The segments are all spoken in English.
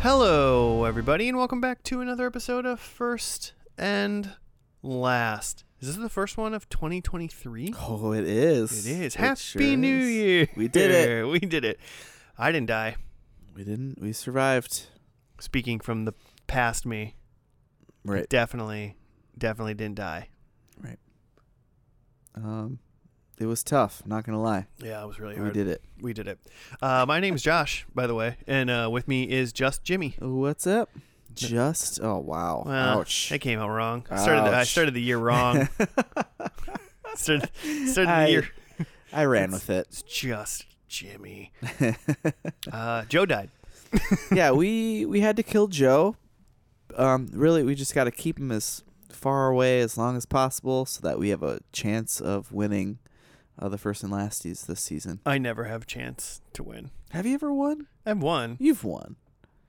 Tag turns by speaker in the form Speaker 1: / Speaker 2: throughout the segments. Speaker 1: Hello, everybody, and welcome back to another episode of First and Last. Is this the first one of 2023?
Speaker 2: Oh, it is.
Speaker 1: It is.
Speaker 2: It
Speaker 1: Happy
Speaker 2: sure
Speaker 1: New
Speaker 2: is.
Speaker 1: Year.
Speaker 2: We did it.
Speaker 1: We did it. I didn't die.
Speaker 2: We didn't. We survived.
Speaker 1: Speaking from the past me,
Speaker 2: Right.
Speaker 1: definitely, definitely didn't die.
Speaker 2: Um, it was tough. Not gonna lie.
Speaker 1: Yeah, it was really
Speaker 2: We
Speaker 1: hard.
Speaker 2: did it.
Speaker 1: We did it. Uh, my name's Josh, by the way, and uh, with me is just Jimmy.
Speaker 2: What's up? Just. Oh wow.
Speaker 1: Well,
Speaker 2: Ouch.
Speaker 1: That came out wrong. I started. The, I
Speaker 2: Ouch.
Speaker 1: started the year wrong. started, started the
Speaker 2: I-
Speaker 1: year.
Speaker 2: I ran with it.
Speaker 1: It's just Jimmy. uh, Joe died.
Speaker 2: yeah, we we had to kill Joe. Um, really, we just got to keep him as far away as long as possible so that we have a chance of winning uh, the first and lasties this season.
Speaker 1: I never have a chance to win.
Speaker 2: Have you ever won?
Speaker 1: I've won.
Speaker 2: You've won.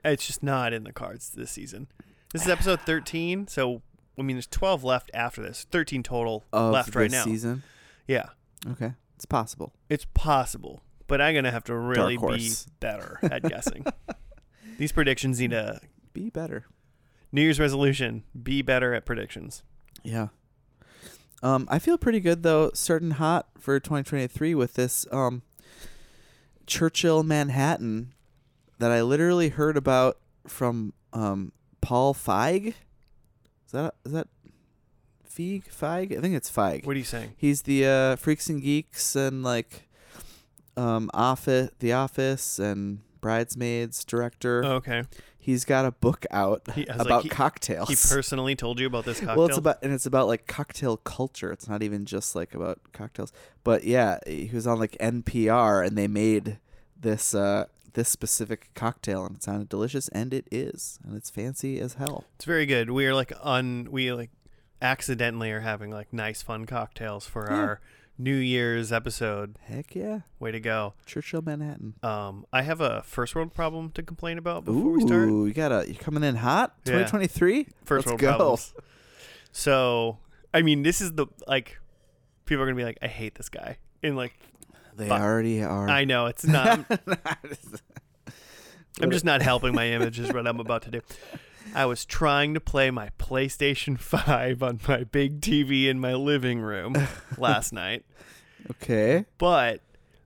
Speaker 1: It's just not in the cards this season. This is episode 13, so I mean, there's 12 left after this. 13 total
Speaker 2: Of
Speaker 1: left right
Speaker 2: this
Speaker 1: now.
Speaker 2: Season.
Speaker 1: Yeah,
Speaker 2: Okay, it's possible.
Speaker 1: it's possible, but I'm gonna have to really be
Speaker 2: horse.
Speaker 1: better at guessing. These predictions need a
Speaker 2: Be better.
Speaker 1: New Year's resolution: be better at predictions.
Speaker 2: Yeah. Um, I feel pretty good though, starting hot for 2023 with this um, Churchill Manhattan that I literally heard about from um, Paul Feig. Is that is that Feig Feig? I think it's Feig.
Speaker 1: What are you saying?
Speaker 2: He's the uh, Freaks and Geeks and like um, Office, The Office, and Bridesmaids director.
Speaker 1: Okay,
Speaker 2: He's got a book out
Speaker 1: He- I was Oh. like,
Speaker 2: about
Speaker 1: he- he
Speaker 2: cocktails.
Speaker 1: he personally told you about this cocktail.
Speaker 2: Well, it's about and it's about like cocktail culture. It's not even just like about cocktails, but yeah, he was on like NPR and they made this uh this specific cocktail and it sounded delicious and it is and it's fancy as hell.
Speaker 1: It's very good. We are like un we like accidentally are having like nice fun cocktails for
Speaker 2: Yeah.
Speaker 1: our New Year's episode.
Speaker 2: Heck yeah,
Speaker 1: Way to go.
Speaker 2: Churchill Manhattan.
Speaker 1: Um I have a first world problem to complain about before
Speaker 2: Ooh,
Speaker 1: we start.
Speaker 2: you gotta you're coming in hot.
Speaker 1: Yeah.
Speaker 2: 2023.
Speaker 1: First
Speaker 2: Let's
Speaker 1: world
Speaker 2: go.
Speaker 1: problems. So I mean this is the like people are gonna be like, I hate this guy. And like
Speaker 2: They
Speaker 1: Fuck.
Speaker 2: already are.
Speaker 1: I know it's not I'm just not helping my image is what I'm about to do. I was trying to play my PlayStation 5 on my big TV in my living room last night.
Speaker 2: okay.
Speaker 1: but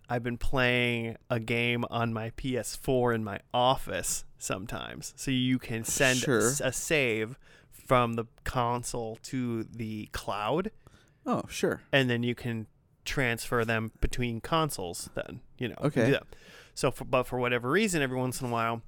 Speaker 1: I've been playing a game on my PS4 in my office sometimes. So you can send
Speaker 2: Sure.
Speaker 1: s- a save from the console to the cloud
Speaker 2: Oh sure.
Speaker 1: and then you can transfer them between consoles then, you know. you can
Speaker 2: Okay.
Speaker 1: do that. So for, but for whatever reason every once in a while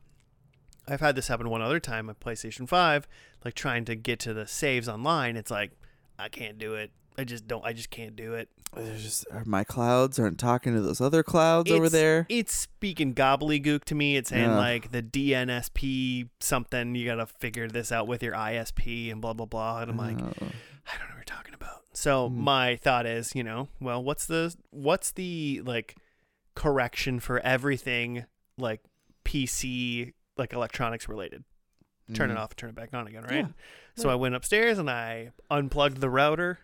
Speaker 1: I've had this happen one other time on PlayStation 5 like trying to get to the saves online it's like I can't do it. I just don't I just can't do it.
Speaker 2: There's just uh, my clouds aren't talking to those other clouds over
Speaker 1: It's-
Speaker 2: there.
Speaker 1: It's speaking gobbledygook to me. It's saying
Speaker 2: Yeah.
Speaker 1: like the DNSP something. You gotta figure this out with your ISP and blah blah blah. And I'm like, I
Speaker 2: Oh.
Speaker 1: don't know what you're talking about. So
Speaker 2: Hmm.
Speaker 1: my thought is, you know, well, what's the what's the like correction for everything like PC like electronics related? Turn
Speaker 2: Mm.
Speaker 1: it off, turn it back on again, right?
Speaker 2: Yeah,
Speaker 1: So
Speaker 2: right.
Speaker 1: I went upstairs and I unplugged the router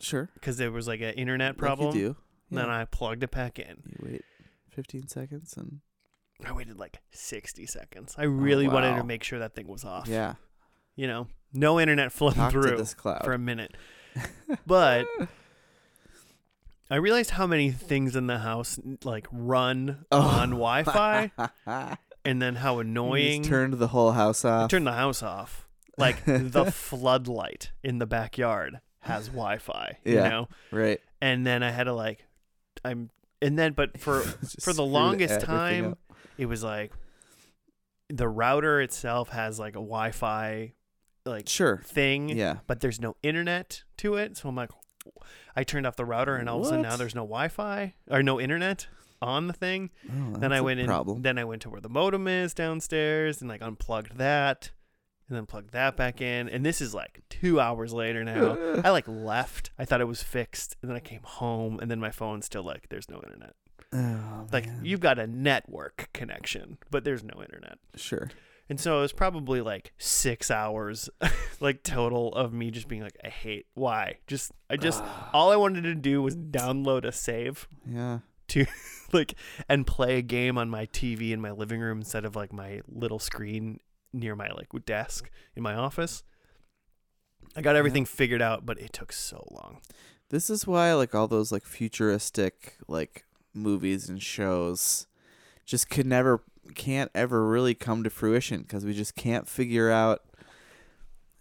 Speaker 2: Sure.
Speaker 1: because there was like an internet
Speaker 2: Like
Speaker 1: problem.
Speaker 2: you do.
Speaker 1: And then
Speaker 2: Yeah.
Speaker 1: I plugged it back in.
Speaker 2: You wait 15 seconds and
Speaker 1: I waited like 60 seconds. I really wanted to
Speaker 2: Oh, wow.
Speaker 1: make sure that thing was off.
Speaker 2: yeah,
Speaker 1: You know, no internet flowing
Speaker 2: talk to
Speaker 1: through
Speaker 2: this cloud.
Speaker 1: for a minute. But I realized how many things in the house like run
Speaker 2: Oh.
Speaker 1: on Wi-Fi
Speaker 2: You
Speaker 1: and then how annoying
Speaker 2: Just turned the whole house
Speaker 1: I
Speaker 2: off.
Speaker 1: turned the house off. Like the floodlight in the backyard has Wi-Fi, you
Speaker 2: Yeah.
Speaker 1: know.
Speaker 2: right
Speaker 1: And then I had to like I'm and then but for
Speaker 2: Just
Speaker 1: for
Speaker 2: screwed
Speaker 1: the longest
Speaker 2: everything
Speaker 1: time,
Speaker 2: up.
Speaker 1: it was like the router itself has like a Wi-Fi like
Speaker 2: Sure.
Speaker 1: thing,
Speaker 2: Yeah.
Speaker 1: but there's no internet to it. So I'm like, I turned off the router, and all of a sudden now
Speaker 2: What?
Speaker 1: there's no Wi-Fi or no internet on the thing.
Speaker 2: Oh,
Speaker 1: then I
Speaker 2: that's a
Speaker 1: went in.
Speaker 2: Problem.
Speaker 1: Then I went to where the modem is downstairs, and like unplugged that, and then plugged that back in. And this is like two hours later now. I like left. I thought it was fixed, and then I came home, and then my phone's still like, there's no internet.
Speaker 2: Oh,
Speaker 1: Like
Speaker 2: man.
Speaker 1: you've got a network connection, but there's no internet.
Speaker 2: Sure.
Speaker 1: And so it was probably like six hours, like total of me just being like, I hate why. Just I just all I wanted to do was download a save,
Speaker 2: Yeah.
Speaker 1: to like and play a game on my TV in my living room instead of like my little screen near my like desk in my office. I got everything figured out, but it took so long.
Speaker 2: This is why like all those like futuristic like movies and shows just could never can't ever really come to fruition cuz we just can't figure out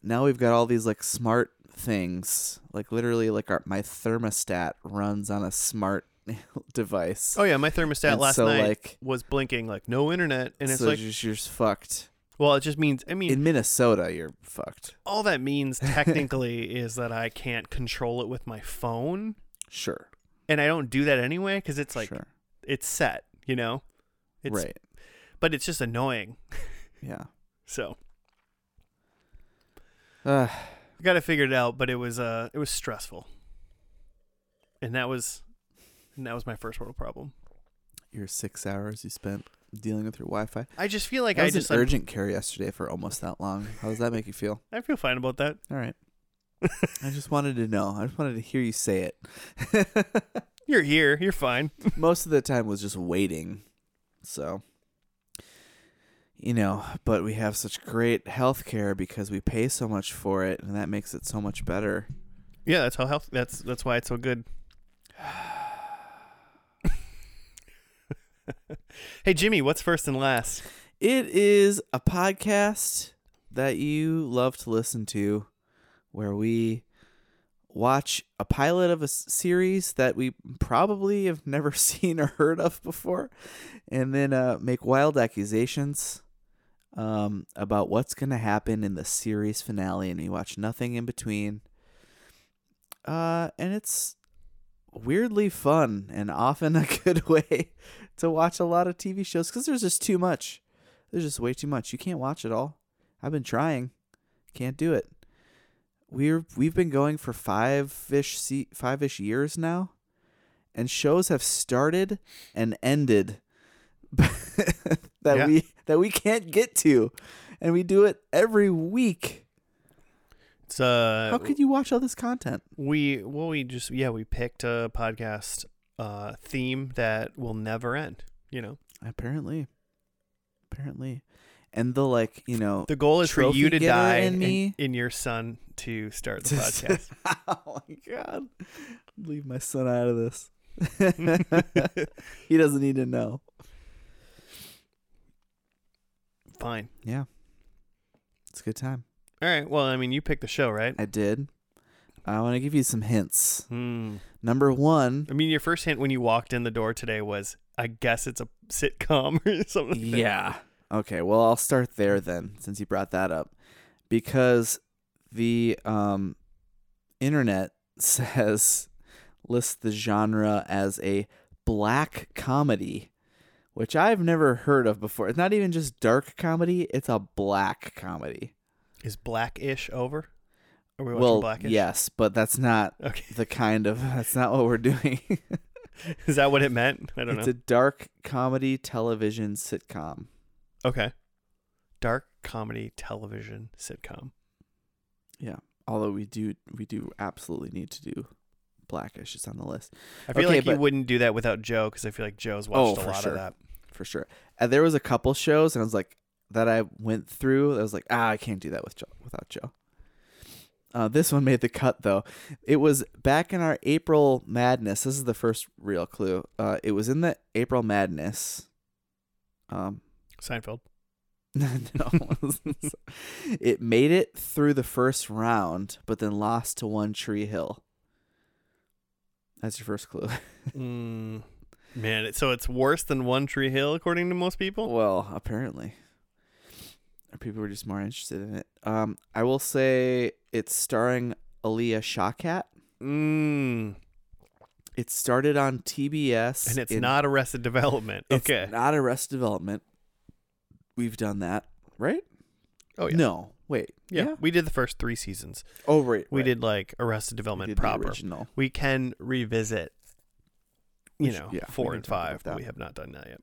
Speaker 2: now we've got all these like smart things like literally like our, my thermostat runs on a smart device
Speaker 1: Oh yeah, my thermostat
Speaker 2: And
Speaker 1: last
Speaker 2: so,
Speaker 1: night
Speaker 2: like-
Speaker 1: was blinking like no internet, and it's
Speaker 2: so
Speaker 1: like
Speaker 2: you're just, you're just fucked
Speaker 1: well, it just means I mean
Speaker 2: in Minnesota you're fucked
Speaker 1: all that means technically is that I can't control it with my phone,
Speaker 2: sure
Speaker 1: and I don't do that anyway because it's like
Speaker 2: sure
Speaker 1: it's set, you know. It's,
Speaker 2: right
Speaker 1: but it's just annoying.
Speaker 2: yeah
Speaker 1: So
Speaker 2: Ugh.
Speaker 1: I got it figured out, but it was uh it was stressful. And that was and that was my first world problem.
Speaker 2: your six hours you spent dealing with your Wi-Fi.
Speaker 1: I just feel like
Speaker 2: I
Speaker 1: I
Speaker 2: was
Speaker 1: just
Speaker 2: in
Speaker 1: like,
Speaker 2: urgent care yesterday for almost that long. How does that make you feel?
Speaker 1: I feel fine about that.
Speaker 2: All right. I just wanted to know. I just wanted to hear you say it.
Speaker 1: You're here, you're fine.
Speaker 2: Most of the time was just waiting. So, you know, but we have such great health care because we pay so much for it, and that makes it so much better.
Speaker 1: Yeah, that's how health that's that's why it's so good. hey Jimmy, what's first and last?
Speaker 2: It is a podcast that you love to listen to where we watch a pilot of a s- series that we probably have never seen or heard of before and then uh, make wild accusations um, about what's going to happen in the series finale and we watch nothing in between. Uh, and it's weirdly fun and often a good way to watch a lot of TV shows because there's just too much. There's just way too much. You can't watch it all. I've been trying, can't do it. We're we've been going for five ish se- five ish years now, and shows have started and ended that
Speaker 1: Yeah.
Speaker 2: we that we can't get to, and we do it every week.
Speaker 1: It's uh
Speaker 2: How could you watch all this content?
Speaker 1: we well we just yeah, we picked a podcast uh theme that will never end, you know.
Speaker 2: Apparently, apparently, and the like, you know,
Speaker 1: The goal is for
Speaker 2: Trophy
Speaker 1: you to
Speaker 2: getter
Speaker 1: die
Speaker 2: in
Speaker 1: and,
Speaker 2: me.
Speaker 1: and your son to start the podcast.
Speaker 2: oh my god. Leave my son out of this. he doesn't need to know.
Speaker 1: Fine.
Speaker 2: Yeah. It's a good time.
Speaker 1: All right. Well, I mean, you picked the show, right?
Speaker 2: I did. I want to give you some hints.
Speaker 1: Hmm.
Speaker 2: Number one.
Speaker 1: I mean, your first hint when you walked in the door today was, I guess it's a sitcom or something. like that.
Speaker 2: Okay, well, I'll start there then, since you brought that up. Because the um, internet says, lists the genre as a black comedy, which I've never heard of before. It's not even just dark comedy, it's a black comedy.
Speaker 1: Is Blackish over? Are we watching
Speaker 2: well,
Speaker 1: Blackish?
Speaker 2: yes, but that's not
Speaker 1: Okay.
Speaker 2: the kind of, that's not what we're doing.
Speaker 1: Is that what it meant? I don't
Speaker 2: it's
Speaker 1: know.
Speaker 2: a dark comedy television sitcom.
Speaker 1: okay. Dark comedy television sitcom.
Speaker 2: although we do we do absolutely need to do blackish it's on the list
Speaker 1: I feel
Speaker 2: Okay,
Speaker 1: like you
Speaker 2: but-
Speaker 1: wouldn't do that without Joe because I feel like Joe's watched
Speaker 2: Oh,
Speaker 1: a
Speaker 2: for
Speaker 1: lot
Speaker 2: sure.
Speaker 1: of that.
Speaker 2: for sure and there was a couple shows and i was like that i went through that i was like ah i can't do that with joe without joe uh, this one made the cut though it was back in our april madness this is the first real clue uh, it was in the april madness um
Speaker 1: Seinfeld.
Speaker 2: no, it wasn't. it made it through the first round but then lost to one tree hill that's your first clue
Speaker 1: Mm. Man, it, so it's worse than One Tree Hill, according to most people.
Speaker 2: Well, apparently. Or People were just more interested in it. Um, I will say it's starring Aaliyah Shawkat.
Speaker 1: Mm.
Speaker 2: It started on TBS.
Speaker 1: And it's
Speaker 2: in-
Speaker 1: not Arrested Development.
Speaker 2: it's
Speaker 1: okay.
Speaker 2: not Arrested Development. We've done that, right?
Speaker 1: oh yeah.
Speaker 2: No, wait.
Speaker 1: yeah. We did the first three seasons.
Speaker 2: Oh, right.
Speaker 1: We
Speaker 2: right.
Speaker 1: did like Arrested
Speaker 2: We
Speaker 1: Development
Speaker 2: did the
Speaker 1: proper.
Speaker 2: original.
Speaker 1: We can revisit, you
Speaker 2: Which-
Speaker 1: know,
Speaker 2: yeah, we
Speaker 1: four
Speaker 2: can
Speaker 1: and
Speaker 2: talk about
Speaker 1: five.
Speaker 2: that.
Speaker 1: But we have not done that yet.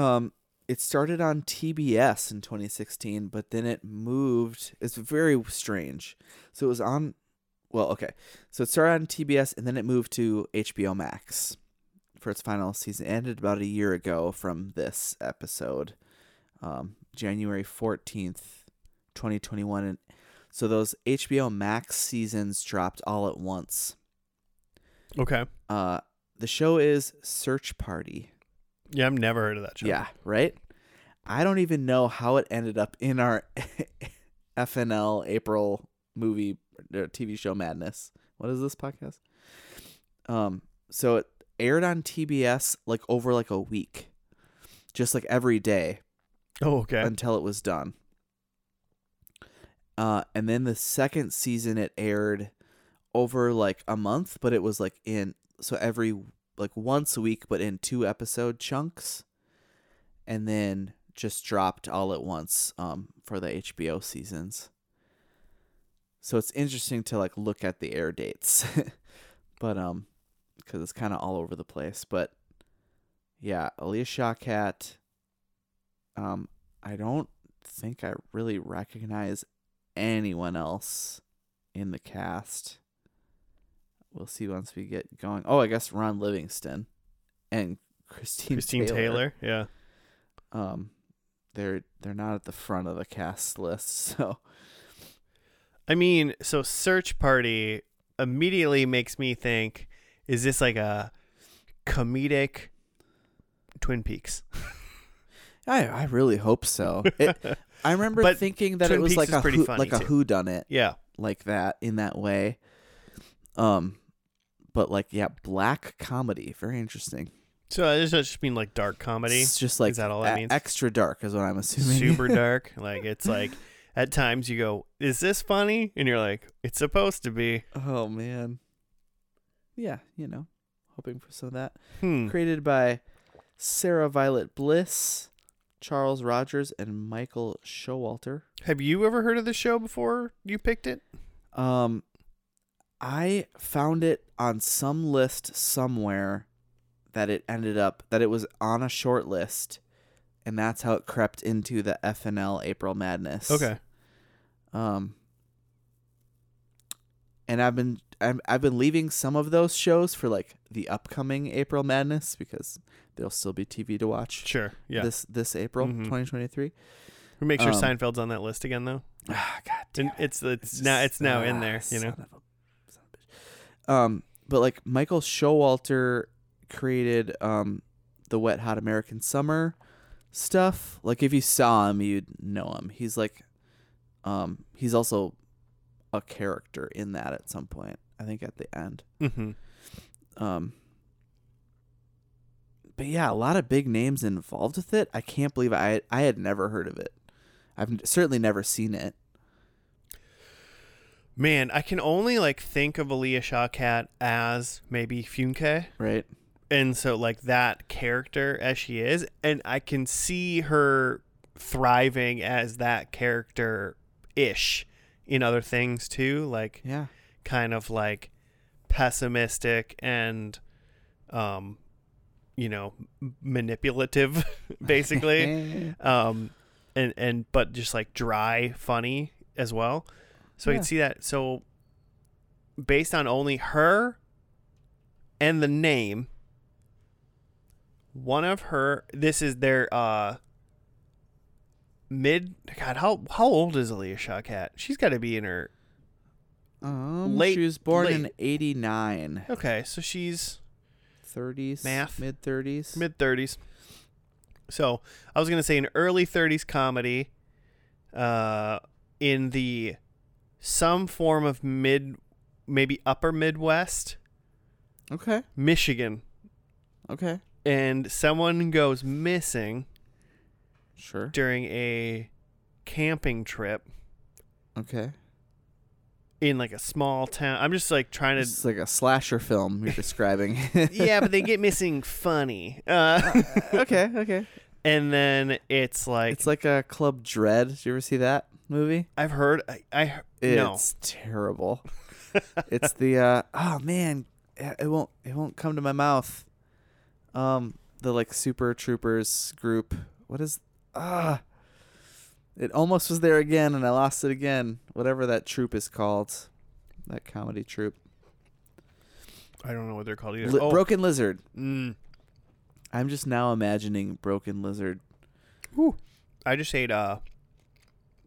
Speaker 2: Um, it started on TBS in 2016, but then it moved. It's very strange. So it was on. Well, okay. So it started on TBS, and then it moved to HBO Max for its final season. It ended about a year ago from this episode, um, January 14th, 2021. And so those HBO Max seasons dropped all at once.
Speaker 1: Okay.
Speaker 2: Uh, the show is Search Party.
Speaker 1: Yeah, I've never heard of that show.
Speaker 2: Yeah, right? I don't even know how it ended up in our FNL April movie or TV show madness. What is this podcast? Um, so it aired on TBS like over like a week, just like every day
Speaker 1: Oh, okay.
Speaker 2: until it was done. Uh, and then the second season it aired over like a month, but it was like in so every like once a week, but in two episode chunks, and then just dropped all at once um, for the HBO seasons. So it's interesting to like look at the air dates, but um, because it's kind of all over the place. But yeah, Aaliyah Shawkat, um, I don't think I really recognize anyone else in the cast. We'll see once we get going. Oh, I guess Ron Livingston and Christine
Speaker 1: Christine Taylor. Yeah.
Speaker 2: Um, they're they're not at the front of the cast list, so
Speaker 1: I mean, so search party immediately makes me think: Is this like a comedic Twin Peaks?
Speaker 2: I I really hope so. It, I remember
Speaker 1: But
Speaker 2: thinking that
Speaker 1: Twin
Speaker 2: it was
Speaker 1: Peaks
Speaker 2: like
Speaker 1: is
Speaker 2: a
Speaker 1: pretty
Speaker 2: who,
Speaker 1: funny,
Speaker 2: like a
Speaker 1: too.
Speaker 2: who done it
Speaker 1: yeah.
Speaker 2: like that in that way. Um, but like yeah, black comedy, very interesting.
Speaker 1: So I just, I just mean like dark comedy,
Speaker 2: It's just like
Speaker 1: that all that
Speaker 2: e-
Speaker 1: means?
Speaker 2: extra dark is what I'm assuming.
Speaker 1: super dark. Like it's like at times you go, "Is this funny?" And you're like, "It's supposed to be."
Speaker 2: oh man. Yeah, you know, hoping for some of that.
Speaker 1: Hmm.
Speaker 2: Created by Sarah Violet Bliss, Charles Rogers, and Michael Showalter.
Speaker 1: Have you ever heard of the show before you picked it?
Speaker 2: Um, I found it on some list somewhere that it ended up that it was on a short list, and that's how it crept into the FNL April Madness.
Speaker 1: Okay.
Speaker 2: Um, and I've been I've, I've been leaving some of those shows for like the upcoming April Madness because there'll still be TV to watch
Speaker 1: Sure. Yeah.
Speaker 2: this this April
Speaker 1: Mhm.
Speaker 2: 2023.
Speaker 1: we make sure
Speaker 2: um,
Speaker 1: Seinfeld's on that list again, though.
Speaker 2: Ah, God damn
Speaker 1: And
Speaker 2: it.
Speaker 1: it's it's, now it's now in
Speaker 2: ah,
Speaker 1: there. You know.
Speaker 2: son of a- son of a bitch. Um, but like Michael Showalter created um the Wet Hot American Summer stuff. Like if you saw him, you'd know him. He's like, um, he's also a character in that at some point. I think at the end.
Speaker 1: Mm-hmm.
Speaker 2: Um. But yeah, a lot of big names involved with it. I can't believe I I had never heard of it. I've n- certainly never seen it.
Speaker 1: Man, I can only like think of Aaliyah Shawkat as maybe Funke,
Speaker 2: Right?
Speaker 1: and so like that character as she is, and I can see her thriving as that character ish in other things too, like
Speaker 2: Yeah.
Speaker 1: kind of like pessimistic and um you know m- manipulative basically um and and but just like dry funny as well so i
Speaker 2: Yeah.
Speaker 1: could see that so based on only her and the name one of her this is their uh mid god how how old is Aaliyah Shawkat? She's got to be in her
Speaker 2: Um,
Speaker 1: Late-
Speaker 2: she was born in
Speaker 1: late.
Speaker 2: 89,
Speaker 1: okay so she's
Speaker 2: 30s,
Speaker 1: Math.
Speaker 2: mid 30s.
Speaker 1: mid 30s. So I was going to say an early 30s comedy uh, in the some form of mid, maybe upper Midwest,
Speaker 2: okay,
Speaker 1: Michigan.
Speaker 2: okay,
Speaker 1: And someone goes missing
Speaker 2: sure,
Speaker 1: during a camping trip
Speaker 2: okay.
Speaker 1: in like a small town. I'm just like trying to.
Speaker 2: It's like a slasher film you're describing.
Speaker 1: yeah, but they get missing funny. Uh,
Speaker 2: okay, okay.
Speaker 1: and then it's like,
Speaker 2: It's like a Club Dread. Did you ever see that movie?
Speaker 1: I've heard. I, I no.
Speaker 2: It's terrible. it's the uh, oh man, it it won't it won't come to my mouth. Um, the like Super Troopers group. What is ah? It almost was there again, and I lost it again. Whatever that troop is called, that comedy troupe.
Speaker 1: I don't know what they're called either.
Speaker 2: Li-
Speaker 1: oh,
Speaker 2: Broken Lizard.
Speaker 1: mm,
Speaker 2: I'm just now imagining broken lizard.
Speaker 1: I just ate uh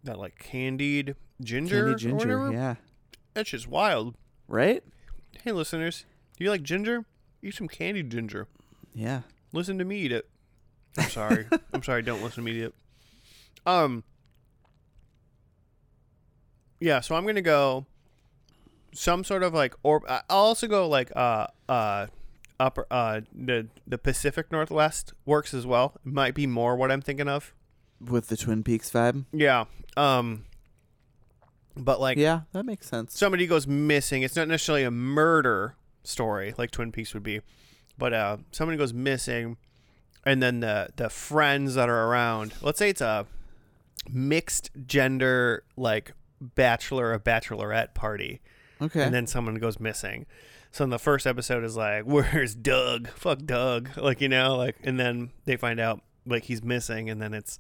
Speaker 1: that like candied ginger,
Speaker 2: Candy
Speaker 1: or
Speaker 2: ginger.
Speaker 1: whatever.
Speaker 2: Yeah.
Speaker 1: That's just wild.
Speaker 2: Right?
Speaker 1: Hey listeners, do you like ginger? Eat some candied ginger.
Speaker 2: Yeah.
Speaker 1: Listen to me eat it. I'm sorry. I'm sorry, don't listen to me eat it. Um Yeah, so I'm gonna go some sort of like or I'll also go like uh uh upper uh the the Pacific Northwest works as well. Might be more what I'm thinking of.
Speaker 2: With the Twin Peaks vibe.
Speaker 1: Yeah. Um but like
Speaker 2: yeah, that makes sense.
Speaker 1: somebody goes missing. It's not necessarily a murder story like Twin Peaks would be, but uh, somebody goes missing, and then the the friends that are around. Let's say it's a mixed gender like bachelor or bachelorette party,
Speaker 2: Okay.
Speaker 1: and then someone goes missing. So in the first episode is like, "Where's Doug? Fuck Doug!" Like you know, like, and then they find out like he's missing, and then it's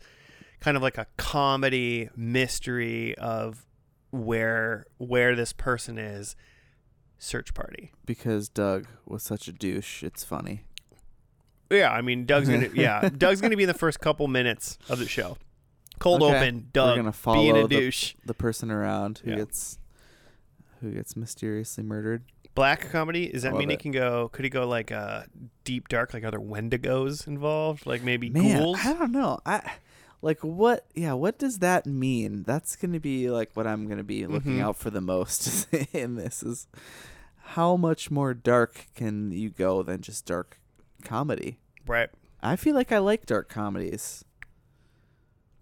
Speaker 1: kind of like a comedy mystery of where where this person is. Search party.
Speaker 2: because Doug was such a douche, it's funny.
Speaker 1: Yeah, I mean Doug's gonna yeah Doug's gonna be in the first couple minutes of the show. Cold
Speaker 2: Okay.
Speaker 1: open, Doug
Speaker 2: gonna
Speaker 1: being
Speaker 2: follow
Speaker 1: a
Speaker 2: the-
Speaker 1: douche.
Speaker 2: The person around who
Speaker 1: Yeah.
Speaker 2: gets who gets mysteriously murdered.
Speaker 1: Black comedy. Does that
Speaker 2: Love
Speaker 1: mean he
Speaker 2: it.
Speaker 1: can go? Could he go like uh, deep dark? Like are there Wendigos involved? Like maybe
Speaker 2: Man,
Speaker 1: ghouls?
Speaker 2: I don't know. I like what yeah, what does that mean? That's gonna be like what I'm gonna be looking
Speaker 1: Mhm.
Speaker 2: out for the most in this is how much more dark can you go than just dark comedy?
Speaker 1: Right.
Speaker 2: I feel like I like dark comedies.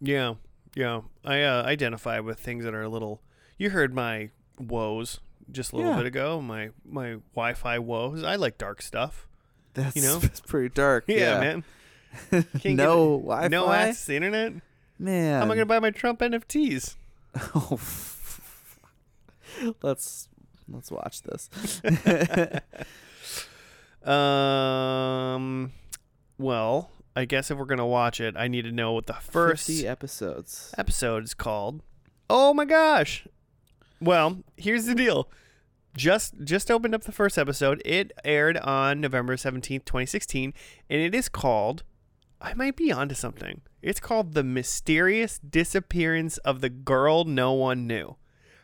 Speaker 1: Yeah, yeah. I uh, identify with things that are a little. You heard my woes just a little
Speaker 2: Yeah.
Speaker 1: bit ago. My my Wi-Fi woes. I like dark stuff.
Speaker 2: That's
Speaker 1: know?
Speaker 2: that's pretty dark.
Speaker 1: Yeah,
Speaker 2: Yeah,
Speaker 1: man. get-
Speaker 2: no Wi-Fi. Um,
Speaker 1: No access to the internet.
Speaker 2: Man,
Speaker 1: How am I gonna buy my Trump NFTs?
Speaker 2: Oh, let's let's watch this.
Speaker 1: Um. Well, I guess if we're gonna watch it, I need to know what the first
Speaker 2: 50 episodes.
Speaker 1: episode is called. Oh my gosh. Well, here's the deal. Just just opened up the first episode. It aired on November 17th, 2016, and it is called I might be onto something. It's called The Mysterious Disappearance of the Girl No One Knew.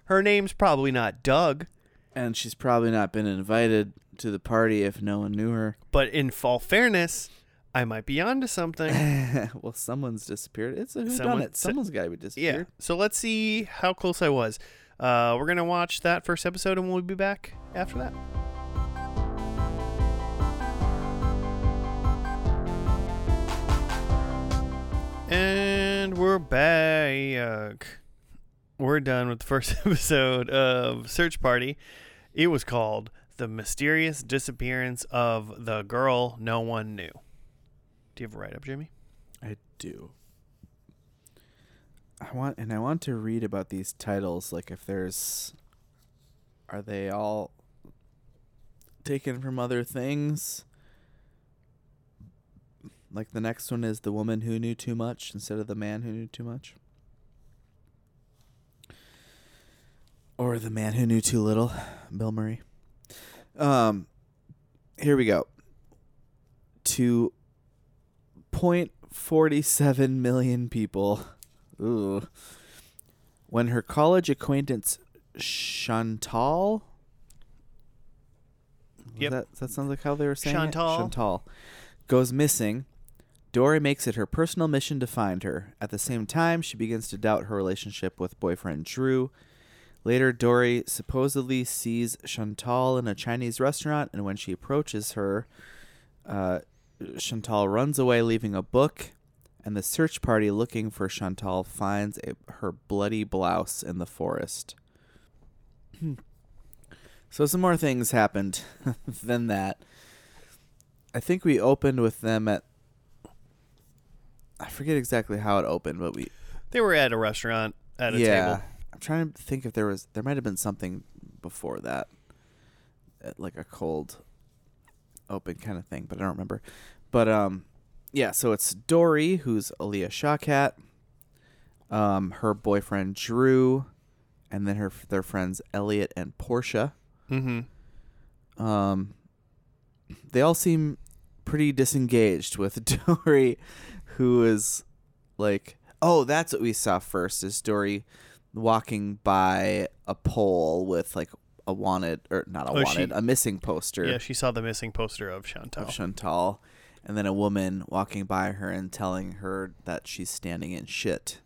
Speaker 1: Her name's probably not Doug,
Speaker 2: And she's probably not been invited to the party if no one knew her.
Speaker 1: but in full fairness, I might be onto something.
Speaker 2: well, someone's disappeared. It's a who
Speaker 1: Someone-
Speaker 2: it. Someone's got to be
Speaker 1: Yeah.
Speaker 2: disappeared.
Speaker 1: So let's see how close I was. Uh, we're gonna watch that first episode, and we'll be back after that. And we're back. We're done with the first episode of Search Party. It was called "The Mysterious Disappearance of the Girl No One Knew." Do you have a write-up, Jimmy?
Speaker 2: I do. I want and I want to read about these titles like if there's are they all taken from other things? Like the next one is the woman who knew too much instead of the man who knew too much. Or the man who knew too little, Bill Murray. Um here we go. To 0.47 million people. Ooh. When her college acquaintance Chantal.
Speaker 1: Yep.
Speaker 2: That, that sounds like how they were saying it?
Speaker 1: Chantal.
Speaker 2: Chantal goes missing. Dory makes it her personal mission to find her. At the same time, she begins to doubt her relationship with boyfriend Drew. Later, Dory supposedly sees Chantal in a Chinese restaurant, and when she approaches her, uh, Chantal runs away, leaving a book, and the search party looking for Chantal finds a, her bloody blouse in the forest. so, some more things happened than that. I think we opened with them at. I forget exactly how it opened, but we
Speaker 1: They were at a restaurant at a table.
Speaker 2: I'm trying to think if there was there might have been something before that, Uh, like a cold open kind of thing, but I don't remember. But um, yeah. So it's Dory, who's Aaliyah Shawkat, um, her boyfriend Drew, and then her f- their friends Elliot and Portia.
Speaker 1: Mm-hmm.
Speaker 2: Um, they all seem pretty disengaged with Dory, who is like, oh, that's what we saw first is Dory walking by a pole with like a wanted or not a
Speaker 1: Oh, she-
Speaker 2: wanted, a missing poster
Speaker 1: Yeah, she saw the missing poster of Chantal.
Speaker 2: of Chantal, and then a woman walking by her and telling her that she's standing in shit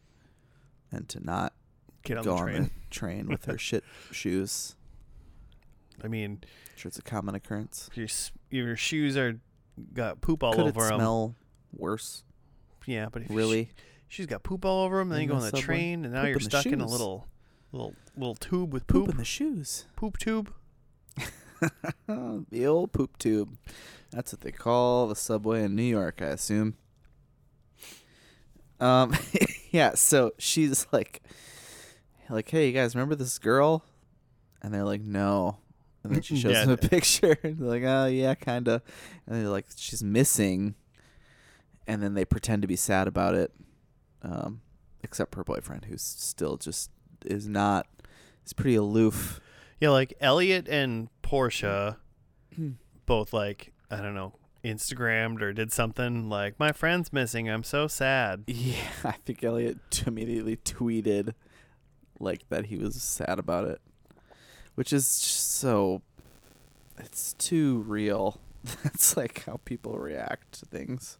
Speaker 2: and to not
Speaker 1: Get on
Speaker 2: go
Speaker 1: the train.
Speaker 2: on the train with her shit shoes.
Speaker 1: I mean,
Speaker 2: sure it's a common occurrence.
Speaker 1: your s- your shoes are got poop all
Speaker 2: Could
Speaker 1: over
Speaker 2: it
Speaker 1: them.
Speaker 2: smell worse?
Speaker 1: yeah, but if you-
Speaker 2: Really?
Speaker 1: she's got poop all over them. Then
Speaker 2: In
Speaker 1: you go
Speaker 2: the
Speaker 1: on the
Speaker 2: subway.
Speaker 1: train, and now
Speaker 2: Poop
Speaker 1: you're
Speaker 2: in the
Speaker 1: stuck in a
Speaker 2: shoes.
Speaker 1: little little little tube with
Speaker 2: Poop,
Speaker 1: poop.
Speaker 2: in the shoes.
Speaker 1: poop tube.
Speaker 2: the old poop tube. That's what they call the subway in New York, I assume. Um, yeah. So she's like, like, hey, you guys, remember this girl? And they're like, no. And then she shows
Speaker 1: Yeah.
Speaker 2: them a picture. And they're like, oh yeah, kind of. And they're like, she's missing. And then they pretend to be sad about it, um, except her boyfriend, who's still just is not. Is pretty aloof.
Speaker 1: Yeah, like Elliot and Portia both like I don't know Instagrammed or did something like my friend's missing. I'm so sad.
Speaker 2: Yeah, I think Elliot t- immediately tweeted like that he was sad about it, which is just so. It's too real. That's like how people react to things.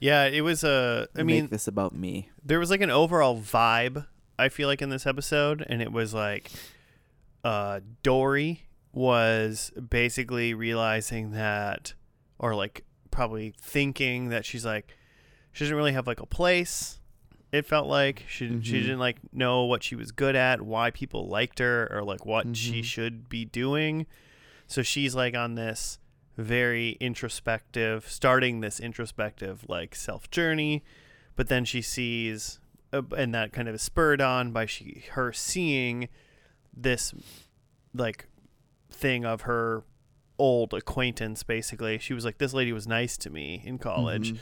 Speaker 1: Yeah, it was a. I
Speaker 2: Make
Speaker 1: mean,
Speaker 2: this about me.
Speaker 1: there was like an overall vibe I feel like in this episode, and it was like uh, Dory was basically realizing that, or like probably thinking that she's like she doesn't really have like a place. It felt like she she
Speaker 2: Mhm.
Speaker 1: didn't like know what she was good at, why people liked her, or like what she
Speaker 2: Mhm.
Speaker 1: should be doing. So she's like on this very introspective, starting this introspective like self journey, but then she sees, uh, and that kind of is spurred on by she her seeing this like thing of her old acquaintance. Basically, she was like, "This lady was nice to me in college,"
Speaker 2: Mhm.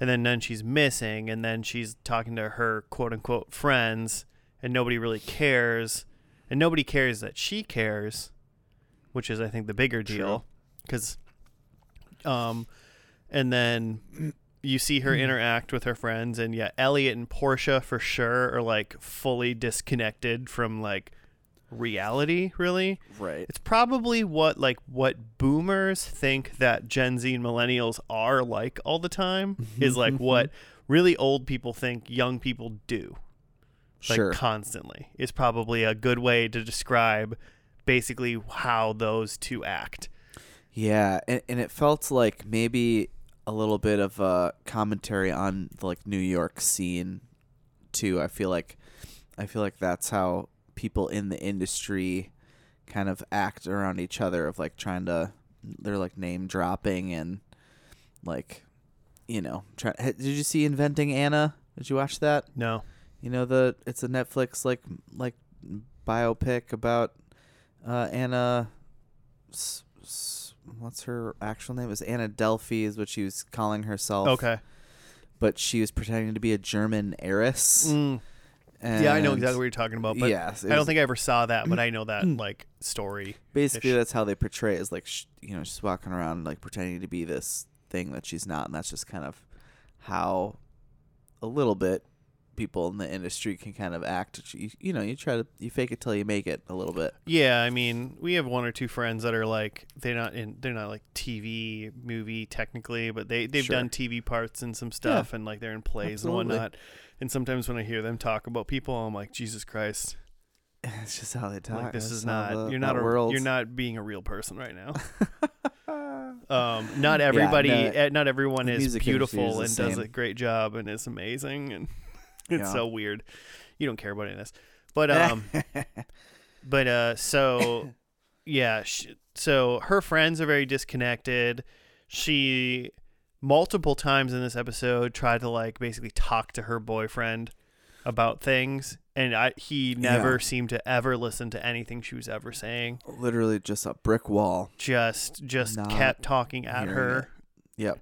Speaker 1: and then then she's missing, and then she's talking to her quote unquote friends, and nobody really cares, and nobody cares that she cares, which is I think the bigger
Speaker 2: True.
Speaker 1: deal, because, um, and then you see her interact with her friends, and yeah, Elliot and Portia for sure are like fully disconnected from like reality, really.
Speaker 2: Right.
Speaker 1: It's probably what like what boomers think that Gen Z and millennials are like all the time
Speaker 2: Mm-hmm,
Speaker 1: is like what really old people think young people do like
Speaker 2: Sure.
Speaker 1: constantly. Is probably a good way to describe basically how those two act.
Speaker 2: Yeah, and, and it felt like maybe a little bit of a commentary on the, like New York scene too. I feel like I feel like that's how people in the industry kind of act around each other of like trying to they're like name dropping and like you know, try, ha- did you see Inventing Anna? Did you watch that?
Speaker 1: No.
Speaker 2: You know the it's a Netflix like like biopic about uh, Anna. S- s- what's her actual name? It was Anna Delphi is what she was calling herself.
Speaker 1: Okay.
Speaker 2: but she was pretending to be a German heiress.
Speaker 1: Mm. Yeah, I know
Speaker 2: and-
Speaker 1: exactly what you're talking about, but
Speaker 2: yes, it
Speaker 1: I don't
Speaker 2: was-
Speaker 1: think I ever saw that, but I know that like story.
Speaker 2: basically
Speaker 1: ish.
Speaker 2: that's how they portray it, is like sh- you know she's walking around like pretending to be this thing that she's not, and that's just kind of how a little bit people in the industry can kind of act. You, you know, you try to you fake it till you make it a little bit.
Speaker 1: Yeah, I mean, we have one or two friends that are like they're not in they're not like TV movie technically, but they they've
Speaker 2: Sure.
Speaker 1: done TV parts and some stuff and like they're in plays and
Speaker 2: Absolutely.
Speaker 1: whatnot. And sometimes when I hear them talk about people, I'm like, Jesus Christ,
Speaker 2: It's just how they talk.
Speaker 1: like this
Speaker 2: That's
Speaker 1: is
Speaker 2: how
Speaker 1: not
Speaker 2: the-
Speaker 1: you're not
Speaker 2: that
Speaker 1: a
Speaker 2: world.
Speaker 1: you're not being a real person right now. um, not everybody,
Speaker 2: no,
Speaker 1: eh, not everyone
Speaker 2: the
Speaker 1: is
Speaker 2: music industry
Speaker 1: beautiful and
Speaker 2: is the
Speaker 1: does
Speaker 2: same.
Speaker 1: a great job and is amazing and it's
Speaker 2: Yeah.
Speaker 1: so weird. You don't care about any of this, but um. But uh, so yeah, sh so her friends are very disconnected. She multiple times in this episode tried to like basically talk to her boyfriend about things, and I he never
Speaker 2: Yeah.
Speaker 1: seemed to ever listen to anything she was ever saying.
Speaker 2: Literally just a brick wall.
Speaker 1: Just just
Speaker 2: Not
Speaker 1: kept talking at
Speaker 2: hearing
Speaker 1: her,
Speaker 2: Yep.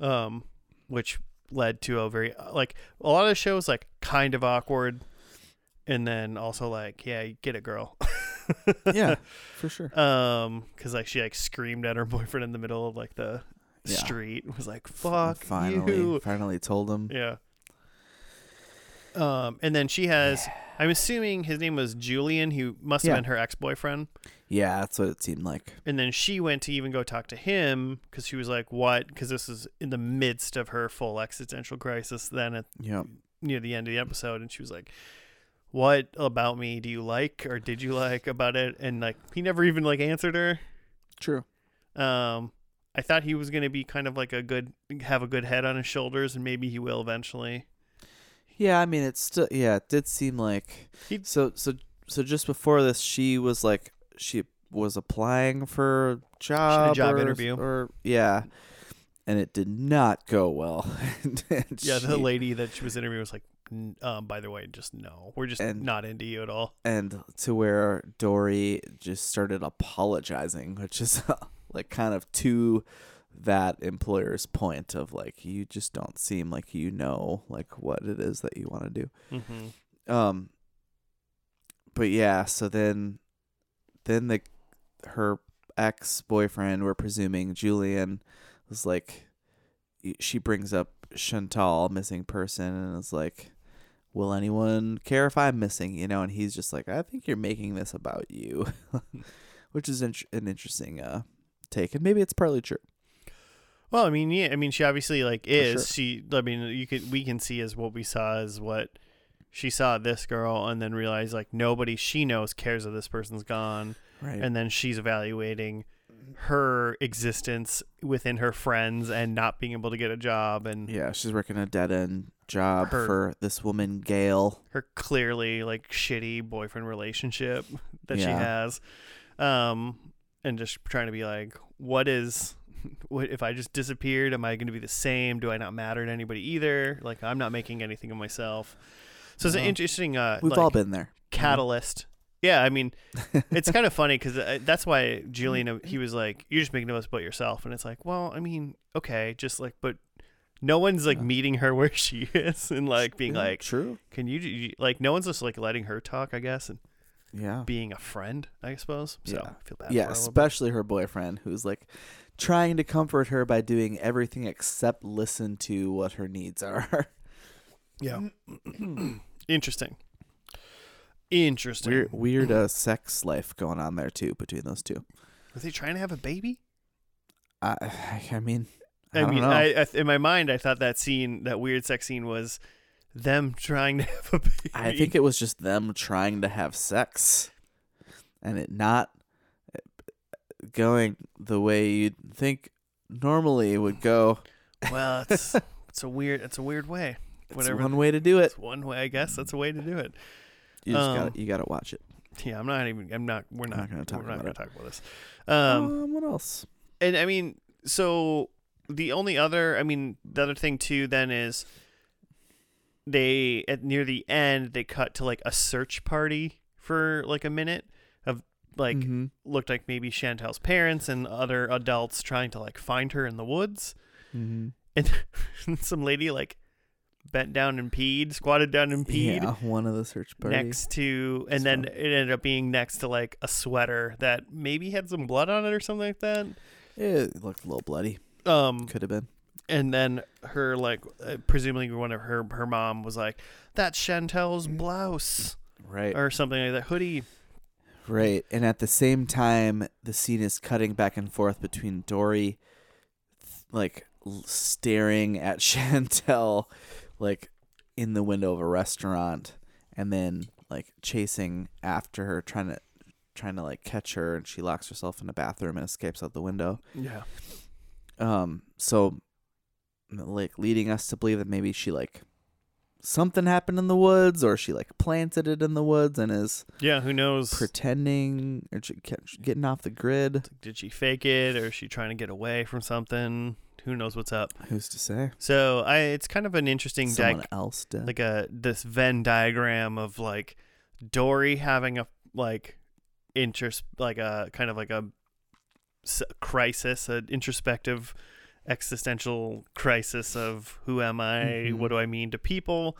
Speaker 1: um, which led to a very uh, like a lot of the show is like kind of awkward, and then also like yeah, get a girl.
Speaker 2: Yeah, for sure.
Speaker 1: um because like she like screamed at her boyfriend in the middle of like the
Speaker 2: Yeah.
Speaker 1: street was like, fuck
Speaker 2: finally,
Speaker 1: you.
Speaker 2: finally told him.
Speaker 1: Yeah. Um, and then she has, I'm assuming his name was Julian, who must have
Speaker 2: Yeah.
Speaker 1: been her ex boyfriend.
Speaker 2: Yeah, that's what it seemed like.
Speaker 1: And then she went to even go talk to him because she was like, what? Because this is in the midst of her full existential crisis then at
Speaker 2: Yeah.
Speaker 1: near the end of the episode. And she was like, what about me do you like or did you like about it? And like, he never even like answered her.
Speaker 2: True.
Speaker 1: Um, I thought he was going to be kind of like a good, have a good head on his shoulders, and maybe he will eventually.
Speaker 2: Yeah, I mean, it's still yeah, it did seem like
Speaker 1: He-
Speaker 2: so so so just before this, she was like she was applying for a job,
Speaker 1: job
Speaker 2: or-
Speaker 1: interview.
Speaker 2: or yeah, and it did not go well. and, and
Speaker 1: Yeah,
Speaker 2: she-
Speaker 1: the lady that she was interviewing was like, "N- um, by the way, just no, we're just
Speaker 2: And-
Speaker 1: not into you at all.
Speaker 2: and to where Dory just started apologizing, which is like kind of to that employer's point of like you just don't seem like you know like what it is that you want to do.
Speaker 1: Mm-hmm.
Speaker 2: Um but yeah, so then then the her ex-boyfriend we're presuming Julian was like y- she brings up Chantal missing person and is like will anyone care if I'm missing, you know, and he's just like I think you're making this about you. Which is int- an interesting uh take and maybe it's partly true.
Speaker 1: Well, I mean, yeah, I mean, she obviously like
Speaker 2: sure.
Speaker 1: is she. I mean, you could we can see as what we saw is what she saw this girl, and then realized like nobody she knows cares that this person's gone,
Speaker 2: Right.
Speaker 1: and then she's evaluating her existence within her friends and not being able to get a job and
Speaker 2: yeah, she's working a dead-end job
Speaker 1: Her-
Speaker 2: for this woman Gail.
Speaker 1: her clearly like shitty boyfriend relationship that she
Speaker 2: Yeah.
Speaker 1: has um and just trying to be like what is what if i just disappeared am i going to be the same do i not matter to anybody either like i'm not making anything of myself so it's an
Speaker 2: Well,
Speaker 1: interesting uh
Speaker 2: Uh-huh. We've
Speaker 1: like,
Speaker 2: all been Mm-hmm. there.
Speaker 1: catalyst yeah i mean it's kind of funny because that's why julian uh, he was like you're just making us about yourself and it's like well i mean okay just like but no one's like
Speaker 2: Yeah.
Speaker 1: meeting her where she is and like being
Speaker 2: Yeah,
Speaker 1: like
Speaker 2: true.
Speaker 1: can you, you like no one's just like letting her talk, I guess, and
Speaker 2: Yeah.
Speaker 1: being a friend, I suppose. So
Speaker 2: Yeah.
Speaker 1: I feel bad.
Speaker 2: yeah,
Speaker 1: for her a little bit.
Speaker 2: especially her boyfriend who's like trying to comfort her by doing everything except listen to what her needs are.
Speaker 1: yeah. Interesting. Interesting.
Speaker 2: weird weird uh, sex life going on there too between those two.
Speaker 1: Were they trying to have a baby?
Speaker 2: I I- I mean
Speaker 1: I,
Speaker 2: I, don't
Speaker 1: mean,
Speaker 2: know.
Speaker 1: I, I in my mind, I thought that scene, that weird sex scene, was them trying to have a baby.
Speaker 2: I think it was just them trying to have sex and it not uh, going the way you'd think normally it would go.
Speaker 1: Well, it's it's a weird it's a weird way.
Speaker 2: It's
Speaker 1: Whatever.
Speaker 2: one way to do it.
Speaker 1: It's one way, I guess. That's a way to do it.
Speaker 2: You just
Speaker 1: Um,
Speaker 2: gotta, you got to watch it.
Speaker 1: Yeah, I'm not even. I'm not. We're not.
Speaker 2: not gonna talk
Speaker 1: we're not
Speaker 2: about
Speaker 1: going
Speaker 2: it.
Speaker 1: to talk about this. Um,
Speaker 2: um what else?
Speaker 1: and I mean, so the only other, I mean, the other thing too, then is they at near the end they cut to like a search party for like a minute of like
Speaker 2: Mhm.
Speaker 1: looked like maybe Chantel's parents and other adults trying to like find her in the woods,
Speaker 2: Mhm.
Speaker 1: and some lady like bent down and peed, squatted down and peed.
Speaker 2: Yeah, one of the search parties.
Speaker 1: Next to, and
Speaker 2: That's
Speaker 1: then
Speaker 2: fun.
Speaker 1: it ended up being next to like a sweater that maybe had some blood on it or something like that.
Speaker 2: It looked a little bloody.
Speaker 1: Um,
Speaker 2: Could have been.
Speaker 1: and then her like uh, presumably one of her her mom was like that's chantel's blouse
Speaker 2: Right.
Speaker 1: or something like that hoodie
Speaker 2: Right. And at the same time, the scene is cutting back and forth between Dory, th- like, l- staring at Chantel, like, in the window of a restaurant, and then, like, chasing after her, trying to. Trying to like catch her, and she locks herself in the bathroom and escapes out the window.
Speaker 1: yeah
Speaker 2: Um, so like leading us to believe that maybe she like something happened in the woods, or she like planted it in the woods and is
Speaker 1: yeah who knows
Speaker 2: pretending or ch- ca- getting off the grid.
Speaker 1: did she fake it or is she trying to get away from something who knows what's up
Speaker 2: Who's to say?
Speaker 1: so i it's kind of an interesting
Speaker 2: Someone
Speaker 1: di-
Speaker 2: else did.
Speaker 1: like a this venn diagram of like dory having a like interest like a kind of like a s- crisis an introspective existential crisis of who am i
Speaker 2: Mhm.
Speaker 1: what do i mean to people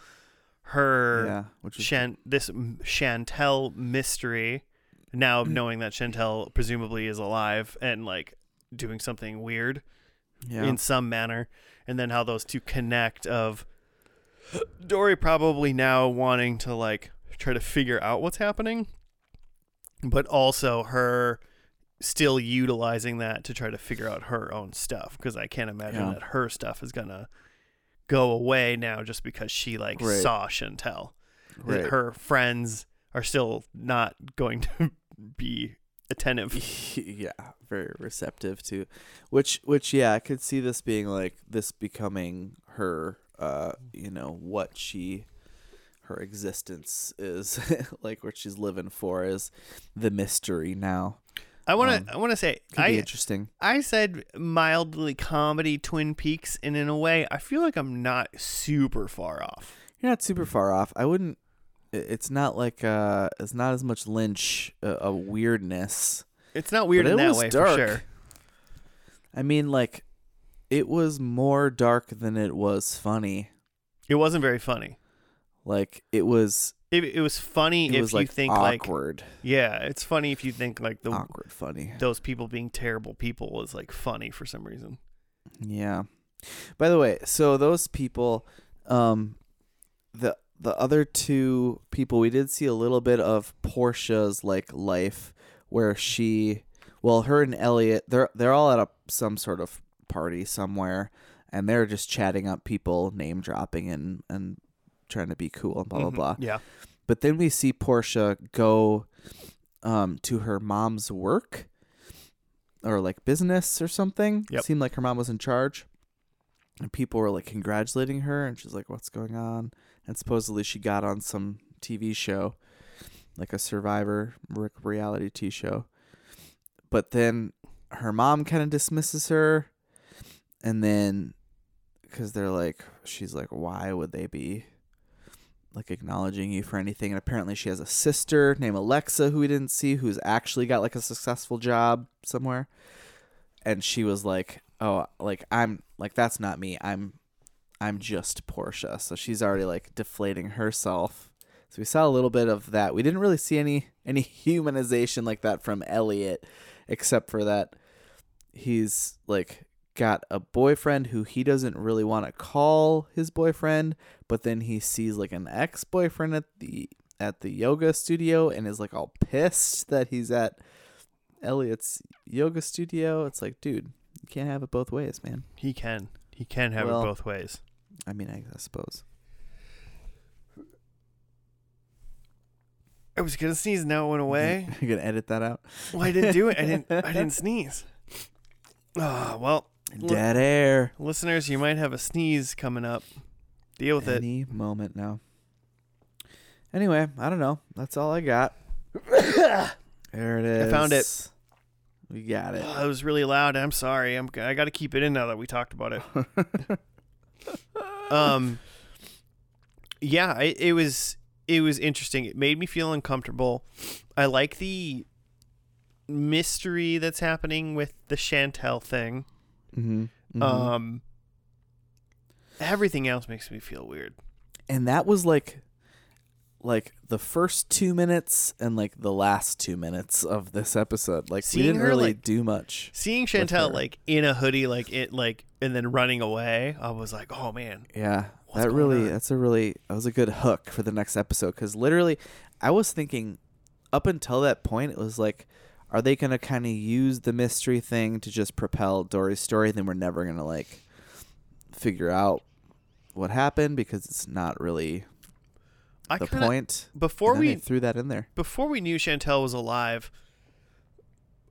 Speaker 1: her
Speaker 2: yeah, which is
Speaker 1: Chan- this m- chantel mystery now knowing that chantel presumably is alive and like doing something weird
Speaker 2: Yeah.
Speaker 1: in some manner, and then how those two connect. Of Dory probably now wanting to like try to figure out what's happening, but also her still utilizing that to try to figure out her own stuff because I can't imagine
Speaker 2: Yeah.
Speaker 1: that her stuff is gonna go away now just because she like
Speaker 2: Right.
Speaker 1: saw Chantel.
Speaker 2: right.
Speaker 1: That her friends are still not going to be attentive.
Speaker 2: yeah, very receptive to, which which yeah, I could see this being like this becoming her, uh, you know what she, her existence is like what she's living for is the mystery now.
Speaker 1: I wanna
Speaker 2: Um,
Speaker 1: I wanna say
Speaker 2: Could be
Speaker 1: I
Speaker 2: interesting.
Speaker 1: I said mildly comedy Twin Peaks, and in a way, I feel like I'm not super far off.
Speaker 2: You're not super far off. I wouldn't. i- It's not like uh, it's not as much Lynch uh, a weirdness.
Speaker 1: It's not weird
Speaker 2: But
Speaker 1: in
Speaker 2: it
Speaker 1: that
Speaker 2: was
Speaker 1: way
Speaker 2: dark.
Speaker 1: for sure.
Speaker 2: I mean, like, it was more dark than it was funny.
Speaker 1: It wasn't very funny.
Speaker 2: Like it was.
Speaker 1: It, it was funny
Speaker 2: It
Speaker 1: if
Speaker 2: was
Speaker 1: you
Speaker 2: like
Speaker 1: think like
Speaker 2: awkward.
Speaker 1: yeah, it's funny if you think like the
Speaker 2: awkward funny.
Speaker 1: those people being terrible people is like funny for some reason.
Speaker 2: Yeah. By the way, so those people, um, the the other two people, we did see a little bit of Portia's like life, where she, well, her and Elliot, they're they're all at a some sort of party somewhere, and they're just chatting up people, name dropping, and and trying to be cool and blah
Speaker 1: Mhm.
Speaker 2: blah blah.
Speaker 1: Yeah,
Speaker 2: But then we see Portia go um, to her mom's work or like business or something.
Speaker 1: Yep.
Speaker 2: seemed like her mom was in charge. And people were like congratulating her. And she's like, what's going on? And supposedly she got on some TV show, like a survivor re- reality T show. But then her mom kind of dismisses her. And then, because they're like, she's like, why would they be like acknowledging you for anything. And apparently, she has a sister named Alexa who we didn't see, who's actually got like a successful job somewhere. And she was like, "Oh, like I'm like that's not me. I'm, I'm just Portia." So she's already like deflating herself. So we saw a little bit of that. We didn't really see any any humanization like that from Elliot, except for that he's like got a boyfriend who he doesn't really want to call his boyfriend but then he sees like an ex-boyfriend at the at the yoga studio and is like all pissed that he's at Elliot's yoga studio. It's like, dude, you can't have it both ways, man.
Speaker 1: he can. He can have
Speaker 2: Well-
Speaker 1: it both ways.
Speaker 2: I mean, I, I suppose.
Speaker 1: I was gonna sneeze, now it went away.
Speaker 2: You're gonna edit that out.
Speaker 1: Well, I didn't do it. I didn't. I didn't sneeze. Ah, well, Look.
Speaker 2: Dead air.
Speaker 1: listeners, you might have a sneeze coming up. Deal with it.
Speaker 2: Any moment now. Anyway, I don't know. That's all I got. there it is.
Speaker 1: I found it.
Speaker 2: We got it.
Speaker 1: Oh, it was really loud. I'm sorry. I'm. I got to keep it in now that we talked about it. Um. Yeah, I, it was. It was interesting. It made me feel uncomfortable. I like the mystery that's happening with the Chantel thing.
Speaker 2: hmm
Speaker 1: Um. Everything else makes me feel weird.
Speaker 2: and that was like like the first two minutes and like the last two minutes of this episode like
Speaker 1: Seeing
Speaker 2: we didn't
Speaker 1: her,
Speaker 2: really
Speaker 1: like-
Speaker 2: do much
Speaker 1: Seeing
Speaker 2: with
Speaker 1: Chantel
Speaker 2: her.
Speaker 1: like in a hoodie, like it, like and then running away, I was like, oh man,
Speaker 2: yeah
Speaker 1: What's
Speaker 2: that
Speaker 1: going
Speaker 2: really
Speaker 1: on?
Speaker 2: that's a really that was a good hook for the next episode because literally i was thinking up until that point it was like are they gonna kind of use the mystery thing to just propel dory's story then we're never gonna like figure out what happened because it's not really
Speaker 1: I
Speaker 2: the
Speaker 1: kinda,
Speaker 2: point
Speaker 1: before
Speaker 2: And then
Speaker 1: we
Speaker 2: they threw that in there
Speaker 1: before we knew Chantel was alive.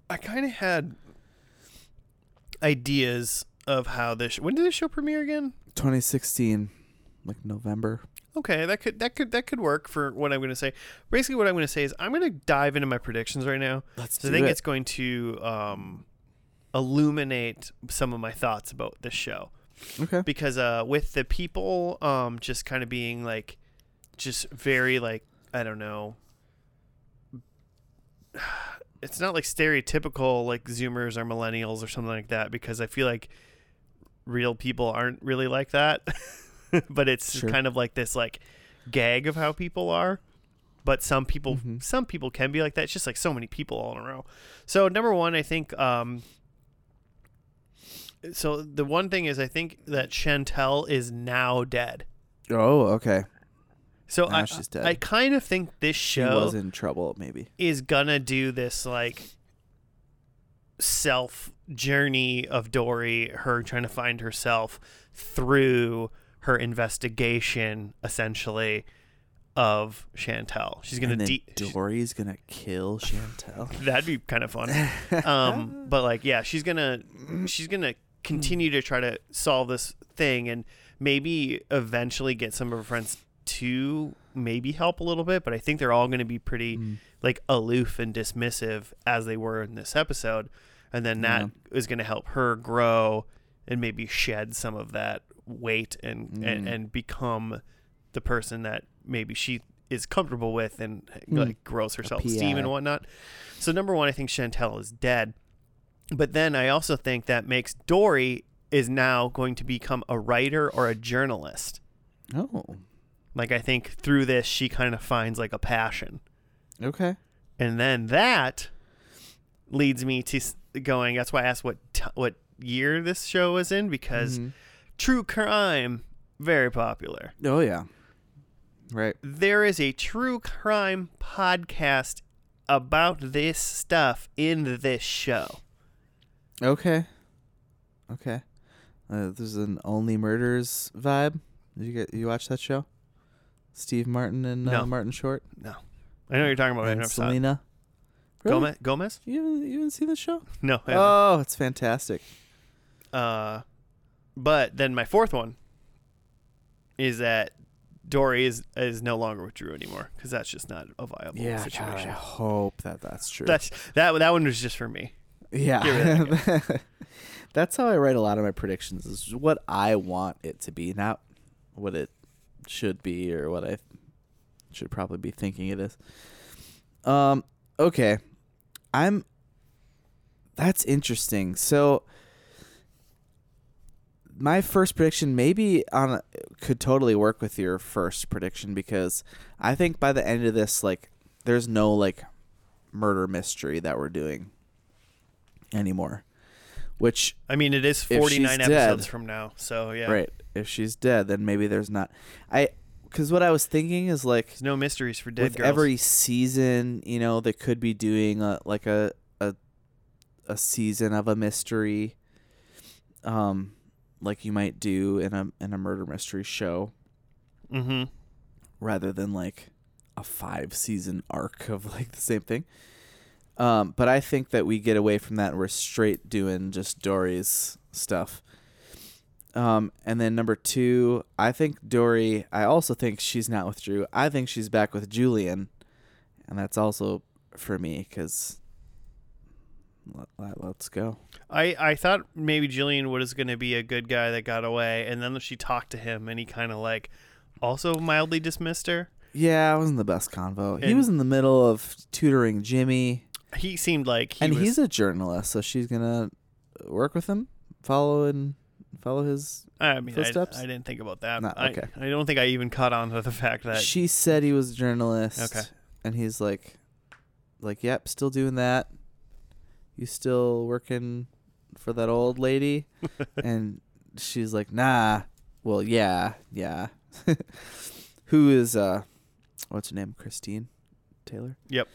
Speaker 1: I kind of had ideas of how this. When did the show premiere again?
Speaker 2: 2016 like november
Speaker 1: Okay, that could that could that could work for what I'm going to say. Basically, what I'm going to say is I'm going to dive into my predictions right now.
Speaker 2: Let's
Speaker 1: So I think it's going to um, illuminate some of my thoughts about this show.
Speaker 2: okay.
Speaker 1: because uh with the people um just kind of being like just very like i don't know it's not like stereotypical like zoomers or millennials or something like that because i feel like real people aren't really like that but it's
Speaker 2: Sure.
Speaker 1: kind of like this like gag of how people are but some people
Speaker 2: Mhm.
Speaker 1: some people can be like that it's just like so many people all in a row so number one i think um So the one thing is, I think that Chantel is now dead.
Speaker 2: Oh, okay.
Speaker 1: So
Speaker 2: Now
Speaker 1: I,
Speaker 2: she's dead.
Speaker 1: I kind of think this
Speaker 2: She
Speaker 1: show
Speaker 2: was in trouble, maybe.
Speaker 1: is gonna do this like self journey of Dory, her trying to find herself through her investigation, essentially, of Chantel. She's gonna
Speaker 2: and then
Speaker 1: de-
Speaker 2: Dory's gonna kill Chantel.
Speaker 1: that'd be kind of fun. Um, but like, yeah, she's gonna she's gonna continue to try to solve this thing, and maybe eventually get some of her friends to maybe help a little bit. But I think they're all gonna be pretty
Speaker 2: Mm.
Speaker 1: like aloof and dismissive as they were in this episode. And then that is going to help her grow and maybe shed some of that weight and, and,
Speaker 2: Mm.
Speaker 1: and become the person that maybe she is comfortable with and
Speaker 2: Hmm.
Speaker 1: like grows her
Speaker 2: A
Speaker 1: self esteem and
Speaker 2: PI.
Speaker 1: whatnot. So, number one, I think Chantel is dead. But then I also think that makes Dory is now going to become a writer or a journalist.
Speaker 2: oh,
Speaker 1: Like, I think through this, she kind of finds like a passion.
Speaker 2: okay.
Speaker 1: And then that leads me to s- going. That's why I asked what t- what year this show was in because
Speaker 2: Mhm.
Speaker 1: true crime very popular.
Speaker 2: oh yeah, right.
Speaker 1: There is a true crime podcast about this stuff in this show.
Speaker 2: Okay, okay. Uh, this is an Only Murders vibe. Did you get you watch that show? Steve Martin and uh,
Speaker 1: No.
Speaker 2: Martin Short
Speaker 1: I know what you're talking about. but I
Speaker 2: and
Speaker 1: never saw it.
Speaker 2: Selena. Really?
Speaker 1: Gomez. Gomez?
Speaker 2: You haven't, you haven't seen the show?
Speaker 1: No. I haven't.
Speaker 2: Oh, it's fantastic.
Speaker 1: Uh, but then my fourth one is that Dory is is no longer with Drew anymore because that's just not a viable
Speaker 2: Yeah,
Speaker 1: situation.
Speaker 2: God, I hope that that's true.
Speaker 1: That's that. That one was just for me.
Speaker 2: Yeah.
Speaker 1: Get
Speaker 2: That's how I write a lot of my predictions is what I want it to be, not what it should be or what I should probably be thinking it is. Um okay. I'm That's interesting. So my first prediction maybe on a, could totally work with your first prediction because I think by the end of this like there's no like murder mystery that we're doing anymore. Which
Speaker 1: I mean, it is
Speaker 2: she's
Speaker 1: 49 episodes
Speaker 2: dead-
Speaker 1: from now, so yeah.
Speaker 2: right, if she's dead, then maybe there's not. I because what I was thinking is like
Speaker 1: There's no mysteries for dead
Speaker 2: with
Speaker 1: girls.
Speaker 2: every season, you know, they could be doing a, like a a a season of a mystery, um, like you might do in a in a murder mystery show,
Speaker 1: mm-hmm.
Speaker 2: rather than like a five season arc of like the same thing. Um, but I think that we get away from that. and We're straight doing just Dory's stuff. Um, and then number two, I think Dory. I also think she's not with Drew. I think she's back with Julian, and that's also for me because let, let, let's go.
Speaker 1: I, I thought maybe Jillian was going to be a good guy that got away, and then she talked to him, and he kind of like also mildly dismissed her.
Speaker 2: Yeah, I wasn't the best convo. he
Speaker 1: And-
Speaker 2: was in the middle of tutoring Jimmy.
Speaker 1: He seemed like he
Speaker 2: and
Speaker 1: was,
Speaker 2: he's a journalist, so she's gonna work with him, follow and follow his.
Speaker 1: I mean, I,
Speaker 2: footsteps?
Speaker 1: I didn't think about that.
Speaker 2: No,
Speaker 1: I-
Speaker 2: okay.
Speaker 1: I, don't think I even caught on to the fact that
Speaker 2: she said he was a journalist.
Speaker 1: Okay.
Speaker 2: And he's like, like, yep, still doing that. You still working for that old lady? and she's like, nah. Well, yeah, yeah. Who is uh, what's her name? Christine Taylor.
Speaker 1: Yep.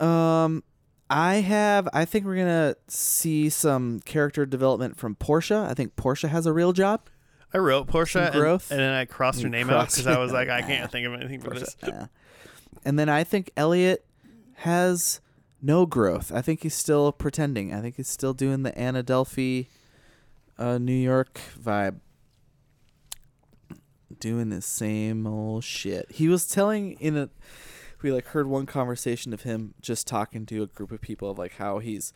Speaker 2: Um, I have. I think we're gonna see some character development from Portia. I think Portia has a real job.
Speaker 1: I wrote Portia, and,
Speaker 2: growth.
Speaker 1: and then I crossed her
Speaker 2: You
Speaker 1: name
Speaker 2: crossed
Speaker 1: out because I
Speaker 2: it
Speaker 1: was like, I
Speaker 2: out.
Speaker 1: can't think of anything for
Speaker 2: Portia,
Speaker 1: this.
Speaker 2: eh. And then I think Elliot has no growth. I think he's still pretending. I think he's still doing the Anna Delphi, uh, New York vibe. Doing the same old shit. He was telling in a, we like heard one conversation of him just talking to a group of people of like how he's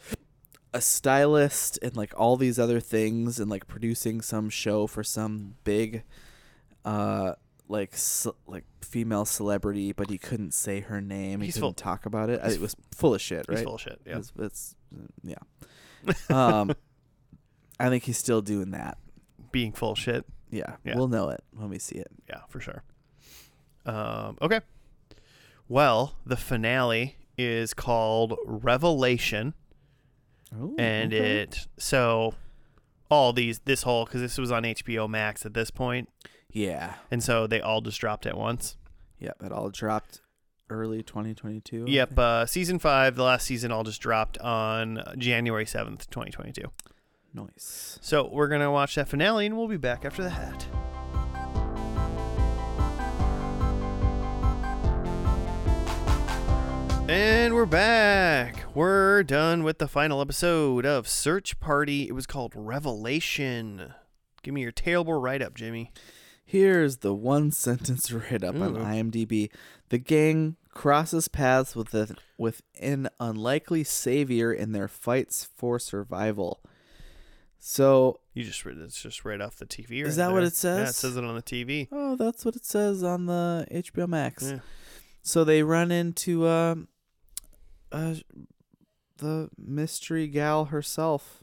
Speaker 2: a stylist and like all these other things and like producing some show for some big uh like ce- like female celebrity but he couldn't say her name he
Speaker 1: He's
Speaker 2: couldn't
Speaker 1: full-
Speaker 2: talk about it I-
Speaker 1: he's
Speaker 2: it was full of shit
Speaker 1: He's
Speaker 2: right
Speaker 1: full of shit. Yeah.
Speaker 2: it's, it's- mm, yeah um i think he's still doing that
Speaker 1: Being full of shit.
Speaker 2: yeah,
Speaker 1: Yeah.
Speaker 2: we'll know it when we see it
Speaker 1: yeah, for sure. Um, okay. Well, the finale is called Revelation,
Speaker 2: Oh,
Speaker 1: and
Speaker 2: okay.
Speaker 1: it so all these this whole because this was on HBO Max at this point,
Speaker 2: yeah,
Speaker 1: and so they all just dropped at once.
Speaker 2: yep. It all dropped early 2022. I
Speaker 1: Yep,
Speaker 2: think.
Speaker 1: uh, season five, the last season, all just dropped on January seventh, twenty twenty two.
Speaker 2: Nice.
Speaker 1: So we're gonna watch that finale, and we'll be back after that. And we're back. We're done with the final episode of Search Party. It was called Revelation. Give me your terrible write up, Jimmy.
Speaker 2: Here's the one sentence right up on
Speaker 1: Ooh.
Speaker 2: IMDb. The gang crosses paths with the, with an unlikely savior in their fights for survival. So,
Speaker 1: You just read it's just right off the TV.
Speaker 2: Is
Speaker 1: right
Speaker 2: that what
Speaker 1: there.
Speaker 2: it says?
Speaker 1: Yeah, it says it on the TV.
Speaker 2: oh, that's what it says on the HBO Max.
Speaker 1: Yeah.
Speaker 2: So they run into um, uh, the mystery gal herself,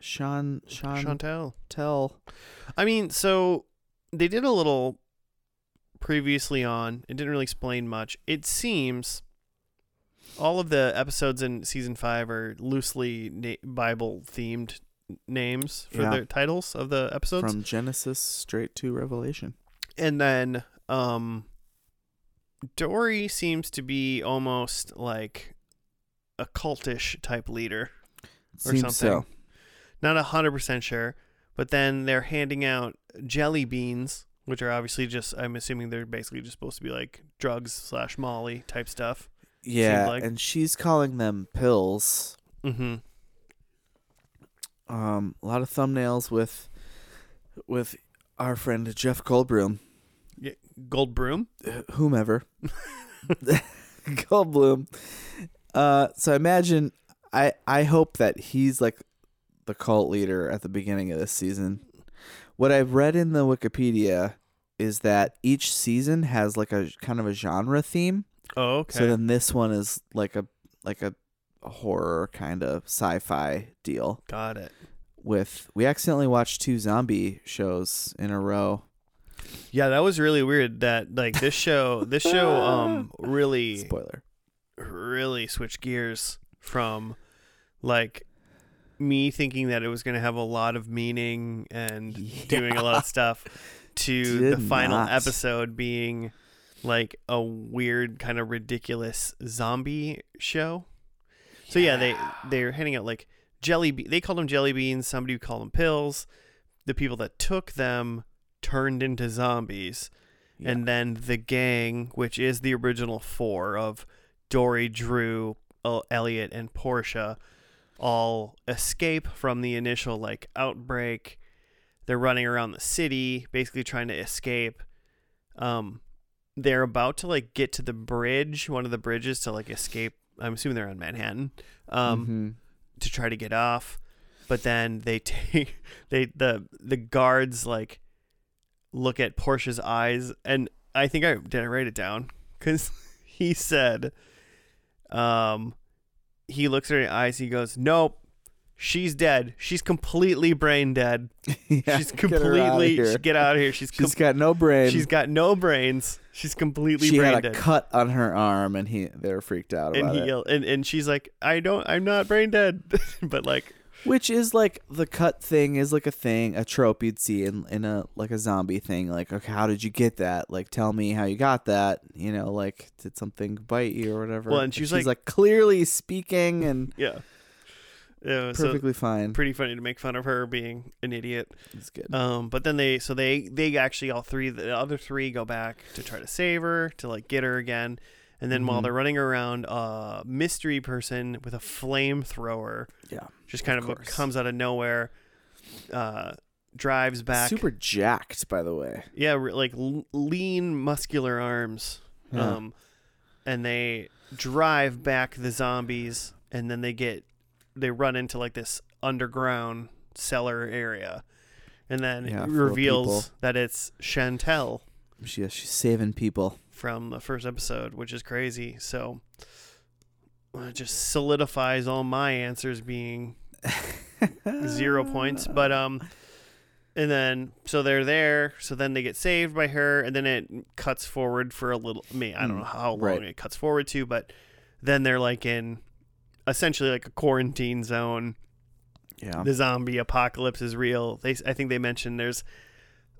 Speaker 2: Sean Sean
Speaker 1: Chantel.
Speaker 2: Tell.
Speaker 1: I mean, so they did a little previously on. It didn't really explain much. It seems all of the episodes in season five are loosely na- Bible themed names for
Speaker 2: Yeah.
Speaker 1: their titles of the episodes,
Speaker 2: from Genesis straight to Revelation.
Speaker 1: and then um, Dory seems to be almost like a cultish type leader. Or
Speaker 2: Seems so.
Speaker 1: something. Not a hundred percent sure, but then they're handing out jelly beans, which are obviously just I'm assuming they're basically just supposed to be like drugs slash Molly type stuff.
Speaker 2: Yeah,
Speaker 1: like.
Speaker 2: and she's calling them pills.
Speaker 1: Mm-hmm.
Speaker 2: Um, a lot of thumbnails with with our friend Jeff Goldblum,
Speaker 1: Gold broom.
Speaker 2: uh, whomever. Goldblum. Uh, so I imagine I I hope that he's like the cult leader at the beginning of this season. What I've read in the Wikipedia is that each season has like a kind of a genre theme.
Speaker 1: Oh, okay.
Speaker 2: So then this one is like a like a horror kind of sci-fi deal
Speaker 1: Got it.
Speaker 2: with we accidentally watched two zombie shows in a row.
Speaker 1: Yeah, that was really weird. That like this show, this show, um, really,
Speaker 2: Spoiler.
Speaker 1: really switched gears from like me thinking that it was going to have a lot of meaning and doing a lot of stuff to the
Speaker 2: Did
Speaker 1: final
Speaker 2: not.
Speaker 1: episode being like a weird kind of ridiculous zombie show. So yeah, they they're handing out like jelly be- they called them jelly beans, somebody who called them pills. The people that took them turned into zombies.
Speaker 2: Yeah.
Speaker 1: And then the gang, which is the original four of Dory, Drew, El- Elliot and Portia all escape from the initial like outbreak they're running around the city basically trying to escape um they're about to like get to the bridge one of the bridges to like escape i'm assuming they're on manhattan um
Speaker 2: Mhm.
Speaker 1: to try to get off but then they take they the the guards like look at Porsche's eyes and I think I did I write it down cuz he said um he looks at her eyes he goes nope she's dead she's completely brain dead
Speaker 2: Mm-hmm. Yeah,
Speaker 1: she's
Speaker 2: get her outta
Speaker 1: completely
Speaker 2: here.
Speaker 1: get out of here she's com-
Speaker 2: She's got no brain.
Speaker 1: she's got no brains she's completely
Speaker 2: she
Speaker 1: brain
Speaker 2: had a
Speaker 1: dead
Speaker 2: cut on her arm, and he they were freaked out about
Speaker 1: and he
Speaker 2: it.
Speaker 1: yelled, and and she's like I don't I'm not brain dead but like
Speaker 2: Which is like the cut thing is like a thing, a trope you'd see in in a like a zombie thing. Like, okay, how did you get that? Like, tell me how you got that. You know, like did something bite you or whatever.
Speaker 1: Well, and
Speaker 2: But
Speaker 1: she's
Speaker 2: she's
Speaker 1: like-
Speaker 2: like clearly speaking and
Speaker 1: yeah yeah, so-
Speaker 2: perfectly fine.
Speaker 1: pretty funny to make fun of her being an idiot.
Speaker 2: It's good.
Speaker 1: Um, but then they so they they actually all three the other three go back to try to save her to like get her again. And then while
Speaker 2: Mhm.
Speaker 1: they're running around, a mystery person with a flamethrower
Speaker 2: yeah,
Speaker 1: just kind
Speaker 2: Of
Speaker 1: of,
Speaker 2: course.
Speaker 1: comes out of nowhere, uh, drives back.
Speaker 2: super jacked, by the way.
Speaker 1: yeah, re- like l- lean, muscular arms.
Speaker 2: Yeah.
Speaker 1: Um, and they drive back the zombies, and then they get they run into like this underground cellar area, and then
Speaker 2: Yeah,
Speaker 1: it
Speaker 2: full of
Speaker 1: reveals
Speaker 2: people.
Speaker 1: that it's Chantel
Speaker 2: She, she's saving people.
Speaker 1: from the first episode, which is crazy. So it just solidifies all my answers being zero points.
Speaker 2: Ah.
Speaker 1: But um, and then so they're there. So then they get saved by her, and then it cuts forward for a little. Me, I don't
Speaker 2: Mm,
Speaker 1: know how long
Speaker 2: right.
Speaker 1: it cuts forward to, but then they're like in essentially like a quarantine zone.
Speaker 2: Yeah.
Speaker 1: The zombie apocalypse is real. They I think they mentioned there's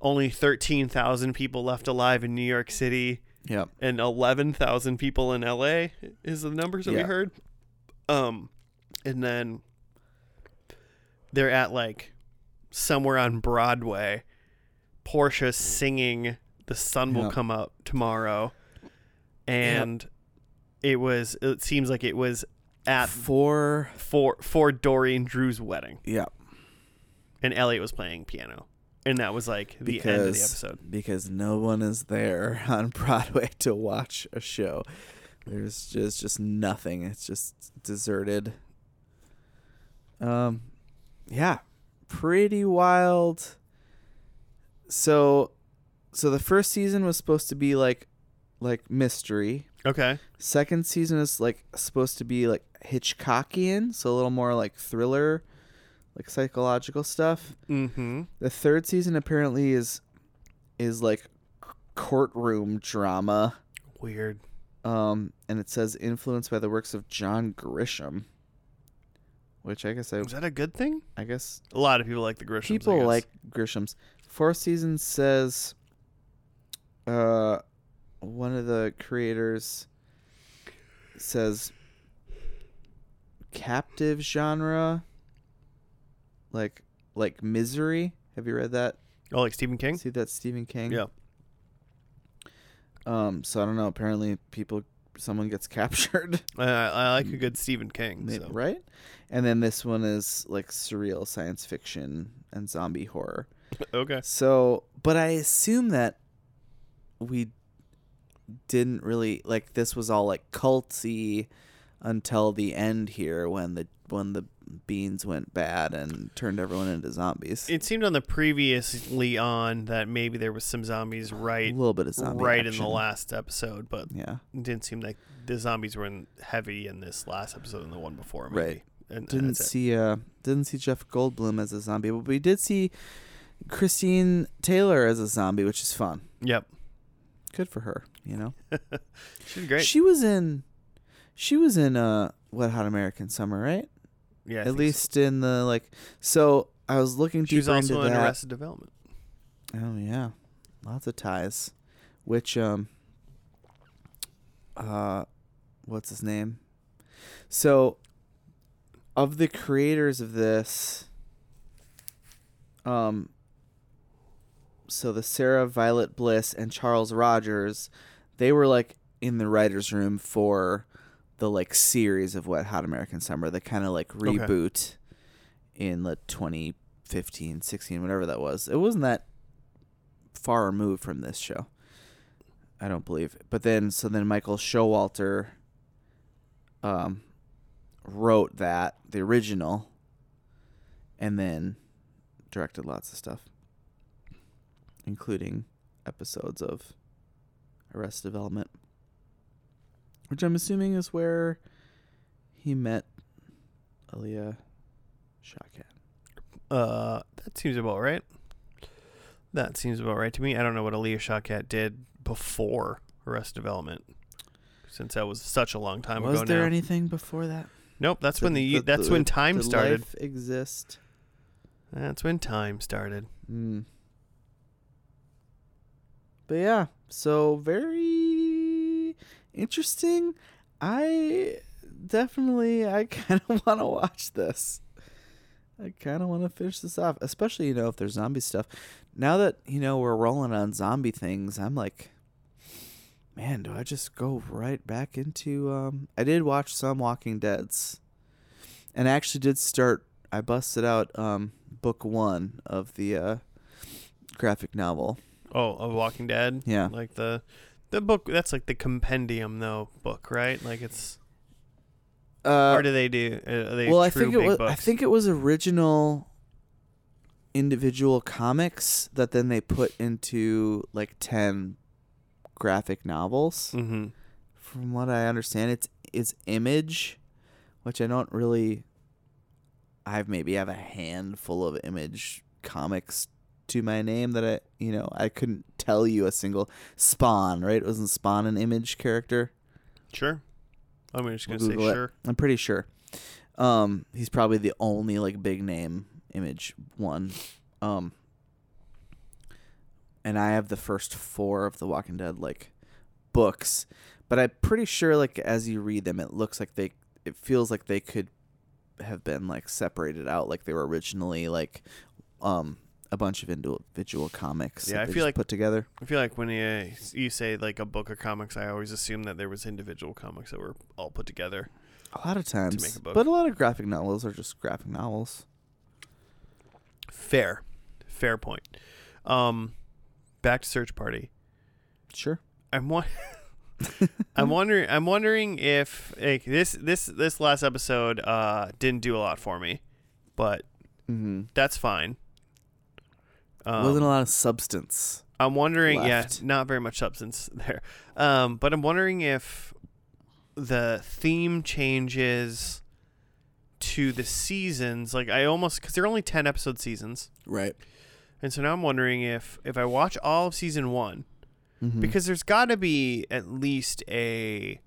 Speaker 1: only 13,000 people left alive in New York City
Speaker 2: Yep.
Speaker 1: and 11,000 people in LA is the numbers that we
Speaker 2: Yeah.
Speaker 1: heard. Um and then they're at like somewhere on Broadway. Portia singing The Sun Will
Speaker 2: Yeah.
Speaker 1: Come Up Tomorrow. And it was it seems like it was at
Speaker 2: Four.
Speaker 1: for for Dorian Drew's wedding
Speaker 2: Yeah.
Speaker 1: and Elliot was playing piano. And that was like the end of the
Speaker 2: Because-
Speaker 1: episode.
Speaker 2: because no one is there on Broadway to watch a show. There's just just nothing. It's just deserted. Um yeah, pretty wild. So so the first season was supposed to be like like mystery.
Speaker 1: Okay.
Speaker 2: Second season is like supposed to be like Hitchcockian, so a little more like thriller, like psychological stuff.
Speaker 1: Mm-hmm.
Speaker 2: The third season apparently is is like c- courtroom drama.
Speaker 1: Weird.
Speaker 2: Um, and it says influenced by the works of John Grisham, which I guess I
Speaker 1: Is that a good thing?
Speaker 2: I guess
Speaker 1: A lot of people like the Grishams. I
Speaker 2: people
Speaker 1: guess.
Speaker 2: like Grisham's. Fourth season says, uh, one of the creators says captive genre, like like misery. Have you read that?
Speaker 1: oh, like Stephen King.
Speaker 2: See that Stephen King?
Speaker 1: Yeah.
Speaker 2: Um. So I don't know. Apparently, people, someone gets captured,
Speaker 1: Uh, I like a
Speaker 2: Mm,
Speaker 1: good Stephen King.
Speaker 2: may-
Speaker 1: so.
Speaker 2: right? And then this one is like surreal science fiction and zombie horror.
Speaker 1: Okay.
Speaker 2: So, but I assume that we didn't really like this was all like culty until the end here when the when the beans went bad and turned everyone into zombies.
Speaker 1: It seemed on the previously on that maybe there was some zombies
Speaker 2: a
Speaker 1: right
Speaker 2: little bit of zombie
Speaker 1: right in
Speaker 2: action.
Speaker 1: the last episode, but
Speaker 2: Yeah.
Speaker 1: it didn't seem like the zombies were in heavy in this last episode and the one before. Maybe.
Speaker 2: Right.
Speaker 1: And and
Speaker 2: didn't
Speaker 1: that's it.
Speaker 2: see uh didn't see Jeff Goldblum as a zombie, but we did see Christine Taylor as a zombie, which is fun.
Speaker 1: Yep.
Speaker 2: Good for her, you know.
Speaker 1: She's great.
Speaker 2: She was in she was in uh Wet Hot American Summer, right?
Speaker 1: yeah. I
Speaker 2: At
Speaker 1: think
Speaker 2: least in the like so I was
Speaker 1: so.
Speaker 2: looking
Speaker 1: she was
Speaker 2: deeper into
Speaker 1: also in
Speaker 2: that.
Speaker 1: Arrested Development.
Speaker 2: Oh yeah. Lots of ties. Which um uh what's his name? So of the creators of this um so the Sarah Violet Bliss and Charles Rogers, they were like in the writers room for the like series of Wet Hot American Summer, the kind of like reboot in the 2015, 16, whatever that was. It wasn't that far removed from this show. I don't believe. But then so then Michael Showalter um wrote that, the original, and then directed lots of stuff. Including episodes of Arrest Development. Which I'm assuming is where he met Aaliyah Shawkat.
Speaker 1: Uh, that seems about right. That seems about right to me. I don't know what Aaliyah Shawkat did before Arrested Development, since that was such a long time
Speaker 2: Was
Speaker 1: ago
Speaker 2: there
Speaker 1: now.
Speaker 2: anything before that?
Speaker 1: nope, that's when the,
Speaker 2: Did-
Speaker 1: that's
Speaker 2: did-
Speaker 1: when time
Speaker 2: did
Speaker 1: started.
Speaker 2: Life exist.
Speaker 1: That's when time started.
Speaker 2: Mm. But yeah, so very interesting. I definitely, I kind of want to watch this. I kind of want to finish this off, especially you know if there's zombie stuff. Now that you know we're rolling on zombie things, I'm like, man, do I just go right back into? Um, I did watch some Walking Dead's, and I actually did start. I busted out um, book one of the uh, graphic novel.
Speaker 1: Oh, of Walking Dead.
Speaker 2: Yeah,
Speaker 1: Like the the book that's like the compendium though book, right? Like it's
Speaker 2: uh,
Speaker 1: or do they do uh, are they
Speaker 2: well, I
Speaker 1: true
Speaker 2: think it
Speaker 1: big
Speaker 2: was.
Speaker 1: books?
Speaker 2: I think it was original individual comics that then they put into like ten graphic novels.
Speaker 1: mm-hmm.
Speaker 2: From what I understand, it's it's image, which I don't really. I've maybe have a handful of image comics to my name that I you know I couldn't tell you a single Spawn right wasn't Spawn an image character
Speaker 1: Sure. I'm just
Speaker 2: We'll
Speaker 1: gonna say
Speaker 2: Google it.
Speaker 1: sure.
Speaker 2: I'm pretty sure Um, he's probably the only like big name image one. Um, and I have the first four of the Walking Dead like books, but I'm pretty sure like as you read them, it looks like they it feels like they could have been like separated out, like they were originally like um a bunch of individual comics.
Speaker 1: Yeah,
Speaker 2: that
Speaker 1: I
Speaker 2: they
Speaker 1: feel
Speaker 2: just
Speaker 1: like-
Speaker 2: put together.
Speaker 1: I feel like when you, you say like a book or comics, I always assume that there was individual comics that were all put together.
Speaker 2: A lot of times,
Speaker 1: make a book.
Speaker 2: but a lot of graphic novels are just graphic novels.
Speaker 1: Fair, fair point. Um, back to search party.
Speaker 2: Sure.
Speaker 1: I'm wa- I'm wondering. I'm wondering if like this this this last episode uh didn't do a lot for me, but
Speaker 2: Mm-hmm.
Speaker 1: that's fine. Um,
Speaker 2: Wasn't a lot of substance.
Speaker 1: I'm wondering.
Speaker 2: left.
Speaker 1: Yeah, not very much substance there. Um, but I'm wondering if the theme changes to the seasons. Like I almost because they're only ten episode seasons,
Speaker 2: Right.
Speaker 1: and so now I'm wondering if if I watch all of season one
Speaker 2: Mm-hmm. Mm.
Speaker 1: because there's got to be at least a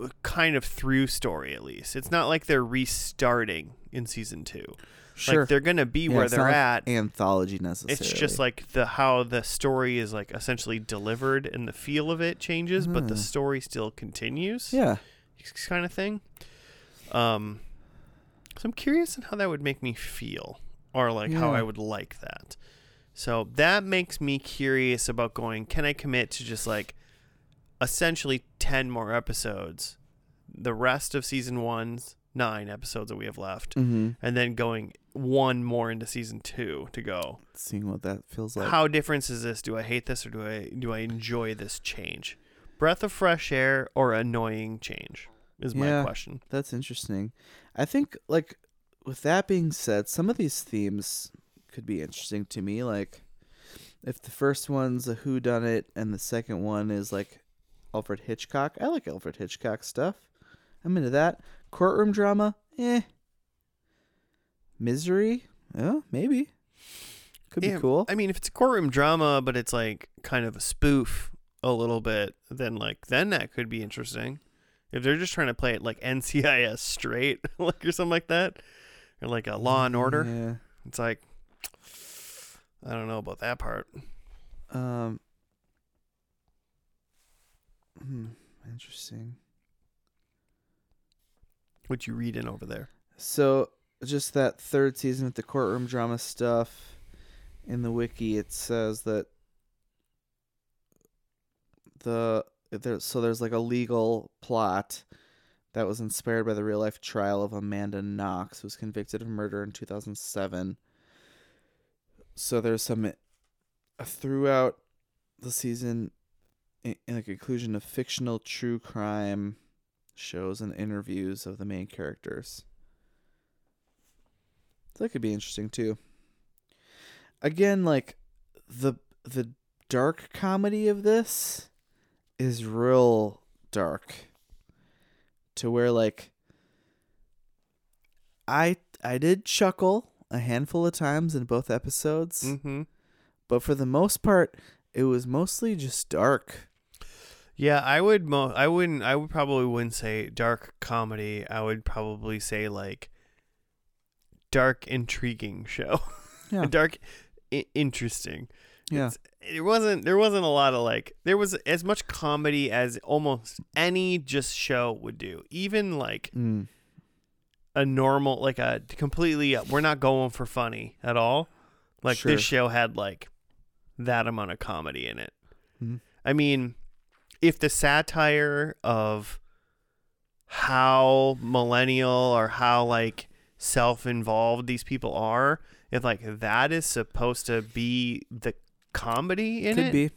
Speaker 1: a kind of through story. At least it's not like they're restarting in season two.
Speaker 2: sure.
Speaker 1: Like they're gonna be
Speaker 2: Yeah,
Speaker 1: where
Speaker 2: it's
Speaker 1: they're
Speaker 2: not an
Speaker 1: at.
Speaker 2: anthology necessarily.
Speaker 1: It's just like the how the story is like essentially delivered and the feel of it changes, but the
Speaker 2: Mhm.
Speaker 1: story still continues.
Speaker 2: yeah.
Speaker 1: kind of thing. Um, so I'm curious on how that would make me feel, or like how
Speaker 2: Yeah.
Speaker 1: I would like that. So that makes me curious about going. Can I commit to just like essentially ten more episodes, the rest of season one's nine episodes that we have left,
Speaker 2: Mm-hmm.
Speaker 1: and then going one more into season two to go?
Speaker 2: Seeing what that feels like.
Speaker 1: how different is this? Do I hate this or do I do I enjoy this change? Breath of fresh air or annoying change is my
Speaker 2: Yeah.
Speaker 1: question.
Speaker 2: That's interesting. I think like with that being said, some of these themes could be interesting to me. Like if the first one's a who done it and the second one is like Alfred Hitchcock. I like Alfred Hitchcock stuff. I'm into that. Courtroom drama, eh. Misery? Yeah, maybe. Could be
Speaker 1: Yeah,
Speaker 2: cool.
Speaker 1: I mean, if it's a courtroom drama, but it's like kind of a spoof a little bit, then like then that could be interesting. If they're just trying to play it like NCIS straight, like or something like that, or like a Law and Order,
Speaker 2: Yeah.
Speaker 1: it's like I don't know about that part.
Speaker 2: Um. hmm, interesting.
Speaker 1: What you read in over there?
Speaker 2: So just that third season with the courtroom drama stuff in the wiki, it says that the there so there's like a legal plot that was inspired by the real life trial of Amanda Knox, who was convicted of murder in 2007. So there's some throughout the season in, in the conclusion of fictional true crime shows and interviews of the main characters. That could be interesting too. Again, like the the dark comedy of this is real dark to where like I I did chuckle a handful of times in both episodes,
Speaker 1: Mm-hmm.
Speaker 2: but for the most part it was mostly just dark.
Speaker 1: Yeah, I would mo I wouldn't I would probably wouldn't say dark comedy. I would probably say like dark intriguing show.
Speaker 2: Yeah.
Speaker 1: dark I- interesting.
Speaker 2: Yeah.
Speaker 1: It's- It wasn't there wasn't a lot of like there was as much comedy as almost any just show would do. Even like
Speaker 2: Mm.
Speaker 1: a normal like a completely uh, we're not going for funny at all. Like
Speaker 2: Sure.
Speaker 1: this show had like that amount of comedy in it.
Speaker 2: Mhm.
Speaker 1: I mean, if the satire of how millennial or how like self-involved these people are, if like that is supposed to be the comedy in
Speaker 2: Could
Speaker 1: it,
Speaker 2: be.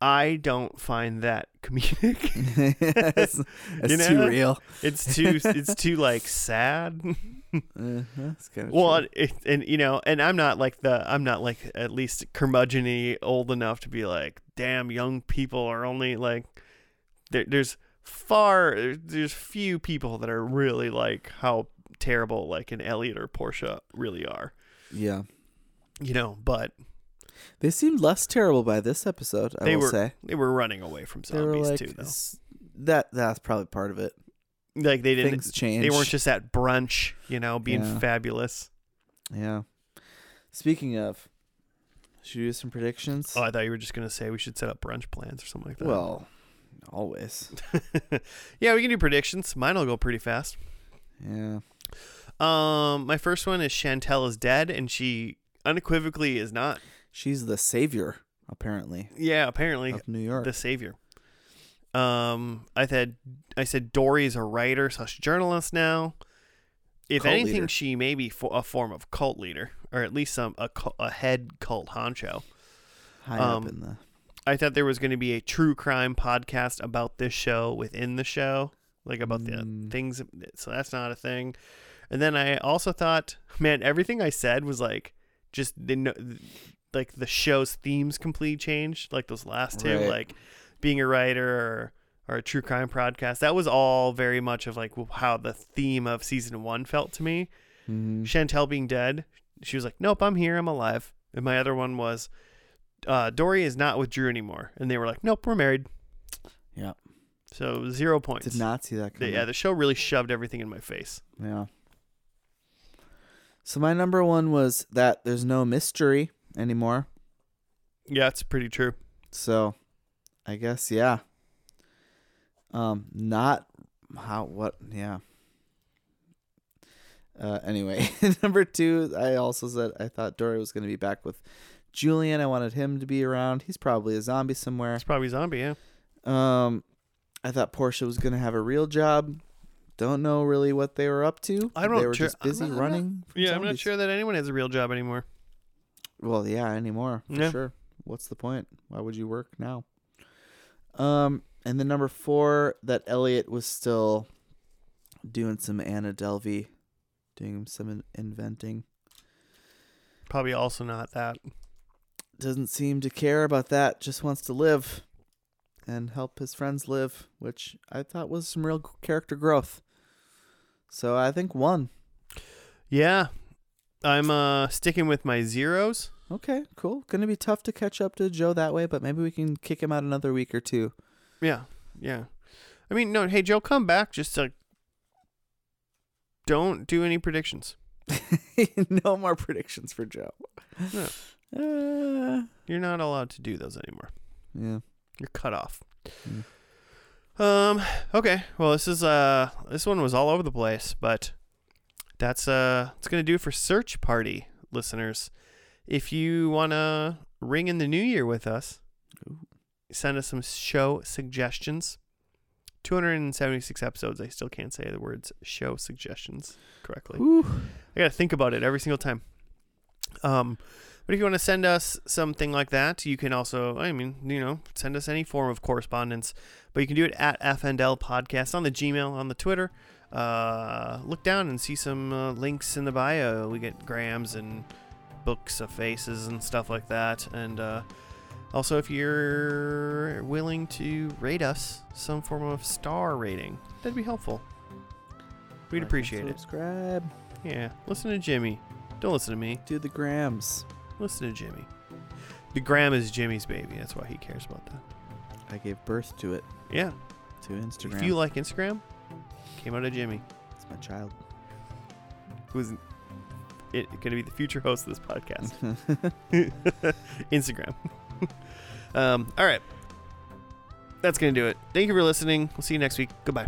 Speaker 1: I don't find that comedic.
Speaker 2: that's that's too
Speaker 1: know?
Speaker 2: real.
Speaker 1: it's too it's too like sad.
Speaker 2: Uh-huh. That's kind of
Speaker 1: Well, and it, and you know, and I'm not like the I'm not like at least curmudgeony old enough to be like, damn, young people are only like there, there's far there's few people that are really like how terrible like an Elliot or Portia really are,
Speaker 2: yeah.
Speaker 1: you know. But
Speaker 2: They seemed less terrible by this episode. I
Speaker 1: They
Speaker 2: will
Speaker 1: were
Speaker 2: say
Speaker 1: they were running away from
Speaker 2: they were
Speaker 1: zombies
Speaker 2: like
Speaker 1: too, though.
Speaker 2: "S- that that's probably part of it.
Speaker 1: Like they didn't.
Speaker 2: Things change.
Speaker 1: They weren't just at brunch, you know, being
Speaker 2: Yeah.
Speaker 1: fabulous.
Speaker 2: Yeah. Speaking of, should we do some predictions?
Speaker 1: Oh, I thought you were just gonna say we should set up brunch plans or something like that.
Speaker 2: well, always.
Speaker 1: yeah, we can do predictions. Mine'll go pretty fast.
Speaker 2: Yeah.
Speaker 1: Um, my first one is Chantel is dead, and she unequivocally is not.
Speaker 2: She's the savior apparently
Speaker 1: Yeah, apparently
Speaker 2: of New York.
Speaker 1: the savior. Um, I said, I said Dory is a writer slash journalist now. If
Speaker 2: Cult
Speaker 1: anything,
Speaker 2: leader.
Speaker 1: she may be fo- a form of cult leader, or at least some a, cult, a head cult honcho.
Speaker 2: High
Speaker 1: um,
Speaker 2: up in the
Speaker 1: I thought there was going to be a true crime podcast about this show within the show, like about the
Speaker 2: Mm.
Speaker 1: things. So that's not a thing. And then I also thought, man, everything I said was like just the no, like the show's themes completely changed. Like those last two,
Speaker 2: Right.
Speaker 1: like being a writer or, or a true crime podcast. That was all very much of like how the theme of season one felt to me.
Speaker 2: Mhm.
Speaker 1: Chantel being dead, she was like, "Nope, I'm here, I'm alive." And my other one was, uh, "Dory is not with Drew anymore," and they were like, "Nope, we're married."
Speaker 2: Yeah.
Speaker 1: So zero points.
Speaker 2: mm-hmm. Did not see that
Speaker 1: The-
Speaker 2: coming.
Speaker 1: yeah, the show really shoved everything in my face.
Speaker 2: Yeah. So my number one was that there's no mystery anymore.
Speaker 1: Yeah, it's pretty true.
Speaker 2: So I guess yeah. Um not how what yeah. Uh anyway, number 2, I also said I thought Dory was going to be back with Julian. I wanted him to be around. He's probably a zombie somewhere.
Speaker 1: It's probably zombie. Yeah,
Speaker 2: Um I thought Portia was going to have a real job. Don't know really what they were up to.
Speaker 1: I'm not
Speaker 2: they were
Speaker 1: sure-
Speaker 2: just busy
Speaker 1: I'm not- I'm not-
Speaker 2: running. from
Speaker 1: yeah. I'm not
Speaker 2: zombies.
Speaker 1: sure that anyone has a real job anymore.
Speaker 2: Well, yeah, anymore for
Speaker 1: Yeah.
Speaker 2: sure. What's the point? Why would you work now? Um, and then number four, that Elliot was still doing some Anna Delvey, doing some in- inventing.
Speaker 1: Probably also not that.
Speaker 2: Doesn't seem to care about that. Just wants to live, and help his friends live, which I thought was some real g- character growth. So I think one.
Speaker 1: Yeah, I'm uh sticking with my zeros.
Speaker 2: Okay, cool. Going to be tough to catch up to Joe that way, but maybe we can kick him out another week or two.
Speaker 1: Yeah, yeah. I mean, no. Hey, Joe, come back. Just like, don't do any predictions.
Speaker 2: no more predictions for Joe.
Speaker 1: No.
Speaker 2: Uh,
Speaker 1: You're not allowed to do those anymore.
Speaker 2: yeah.
Speaker 1: You're cut off.
Speaker 2: Mm.
Speaker 1: Um. Okay. Well, this is uh. This one was all over the place, but that's uh. It's gonna do for search party listeners. If you wanna ring in the new year with us,
Speaker 2: Ooh.
Speaker 1: send us some show suggestions. 276 episodes. I still can't say the words show suggestions correctly. I gotta think about it every single time. Um, but if you want to send us something like that, you can also, I mean, you know, send us any form of correspondence. But you can do it at FNL Podcast on the Gmail, on the Twitter. Uh, look down and see some uh, links in the bio. We get grams and books of faces and stuff like that. And uh, also, if you're willing to rate us some form of star rating, that'd be helpful. We'd appreciate it.
Speaker 2: subscribe. it. Subscribe.
Speaker 1: Yeah, listen to Jimmy. Don't listen to me.
Speaker 2: Do the grams.
Speaker 1: Listen to Jimmy. The gram is Jimmy's baby. That's why he cares about that.
Speaker 2: I gave birth to it
Speaker 1: Yeah.
Speaker 2: to Instagram.
Speaker 1: If you like Instagram, came out of Jimmy,
Speaker 2: it's my child.
Speaker 1: who's it going to be the future host of this podcast. Instagram. um, all right. That's going to do it. Thank you for listening. We'll see you next week. Goodbye.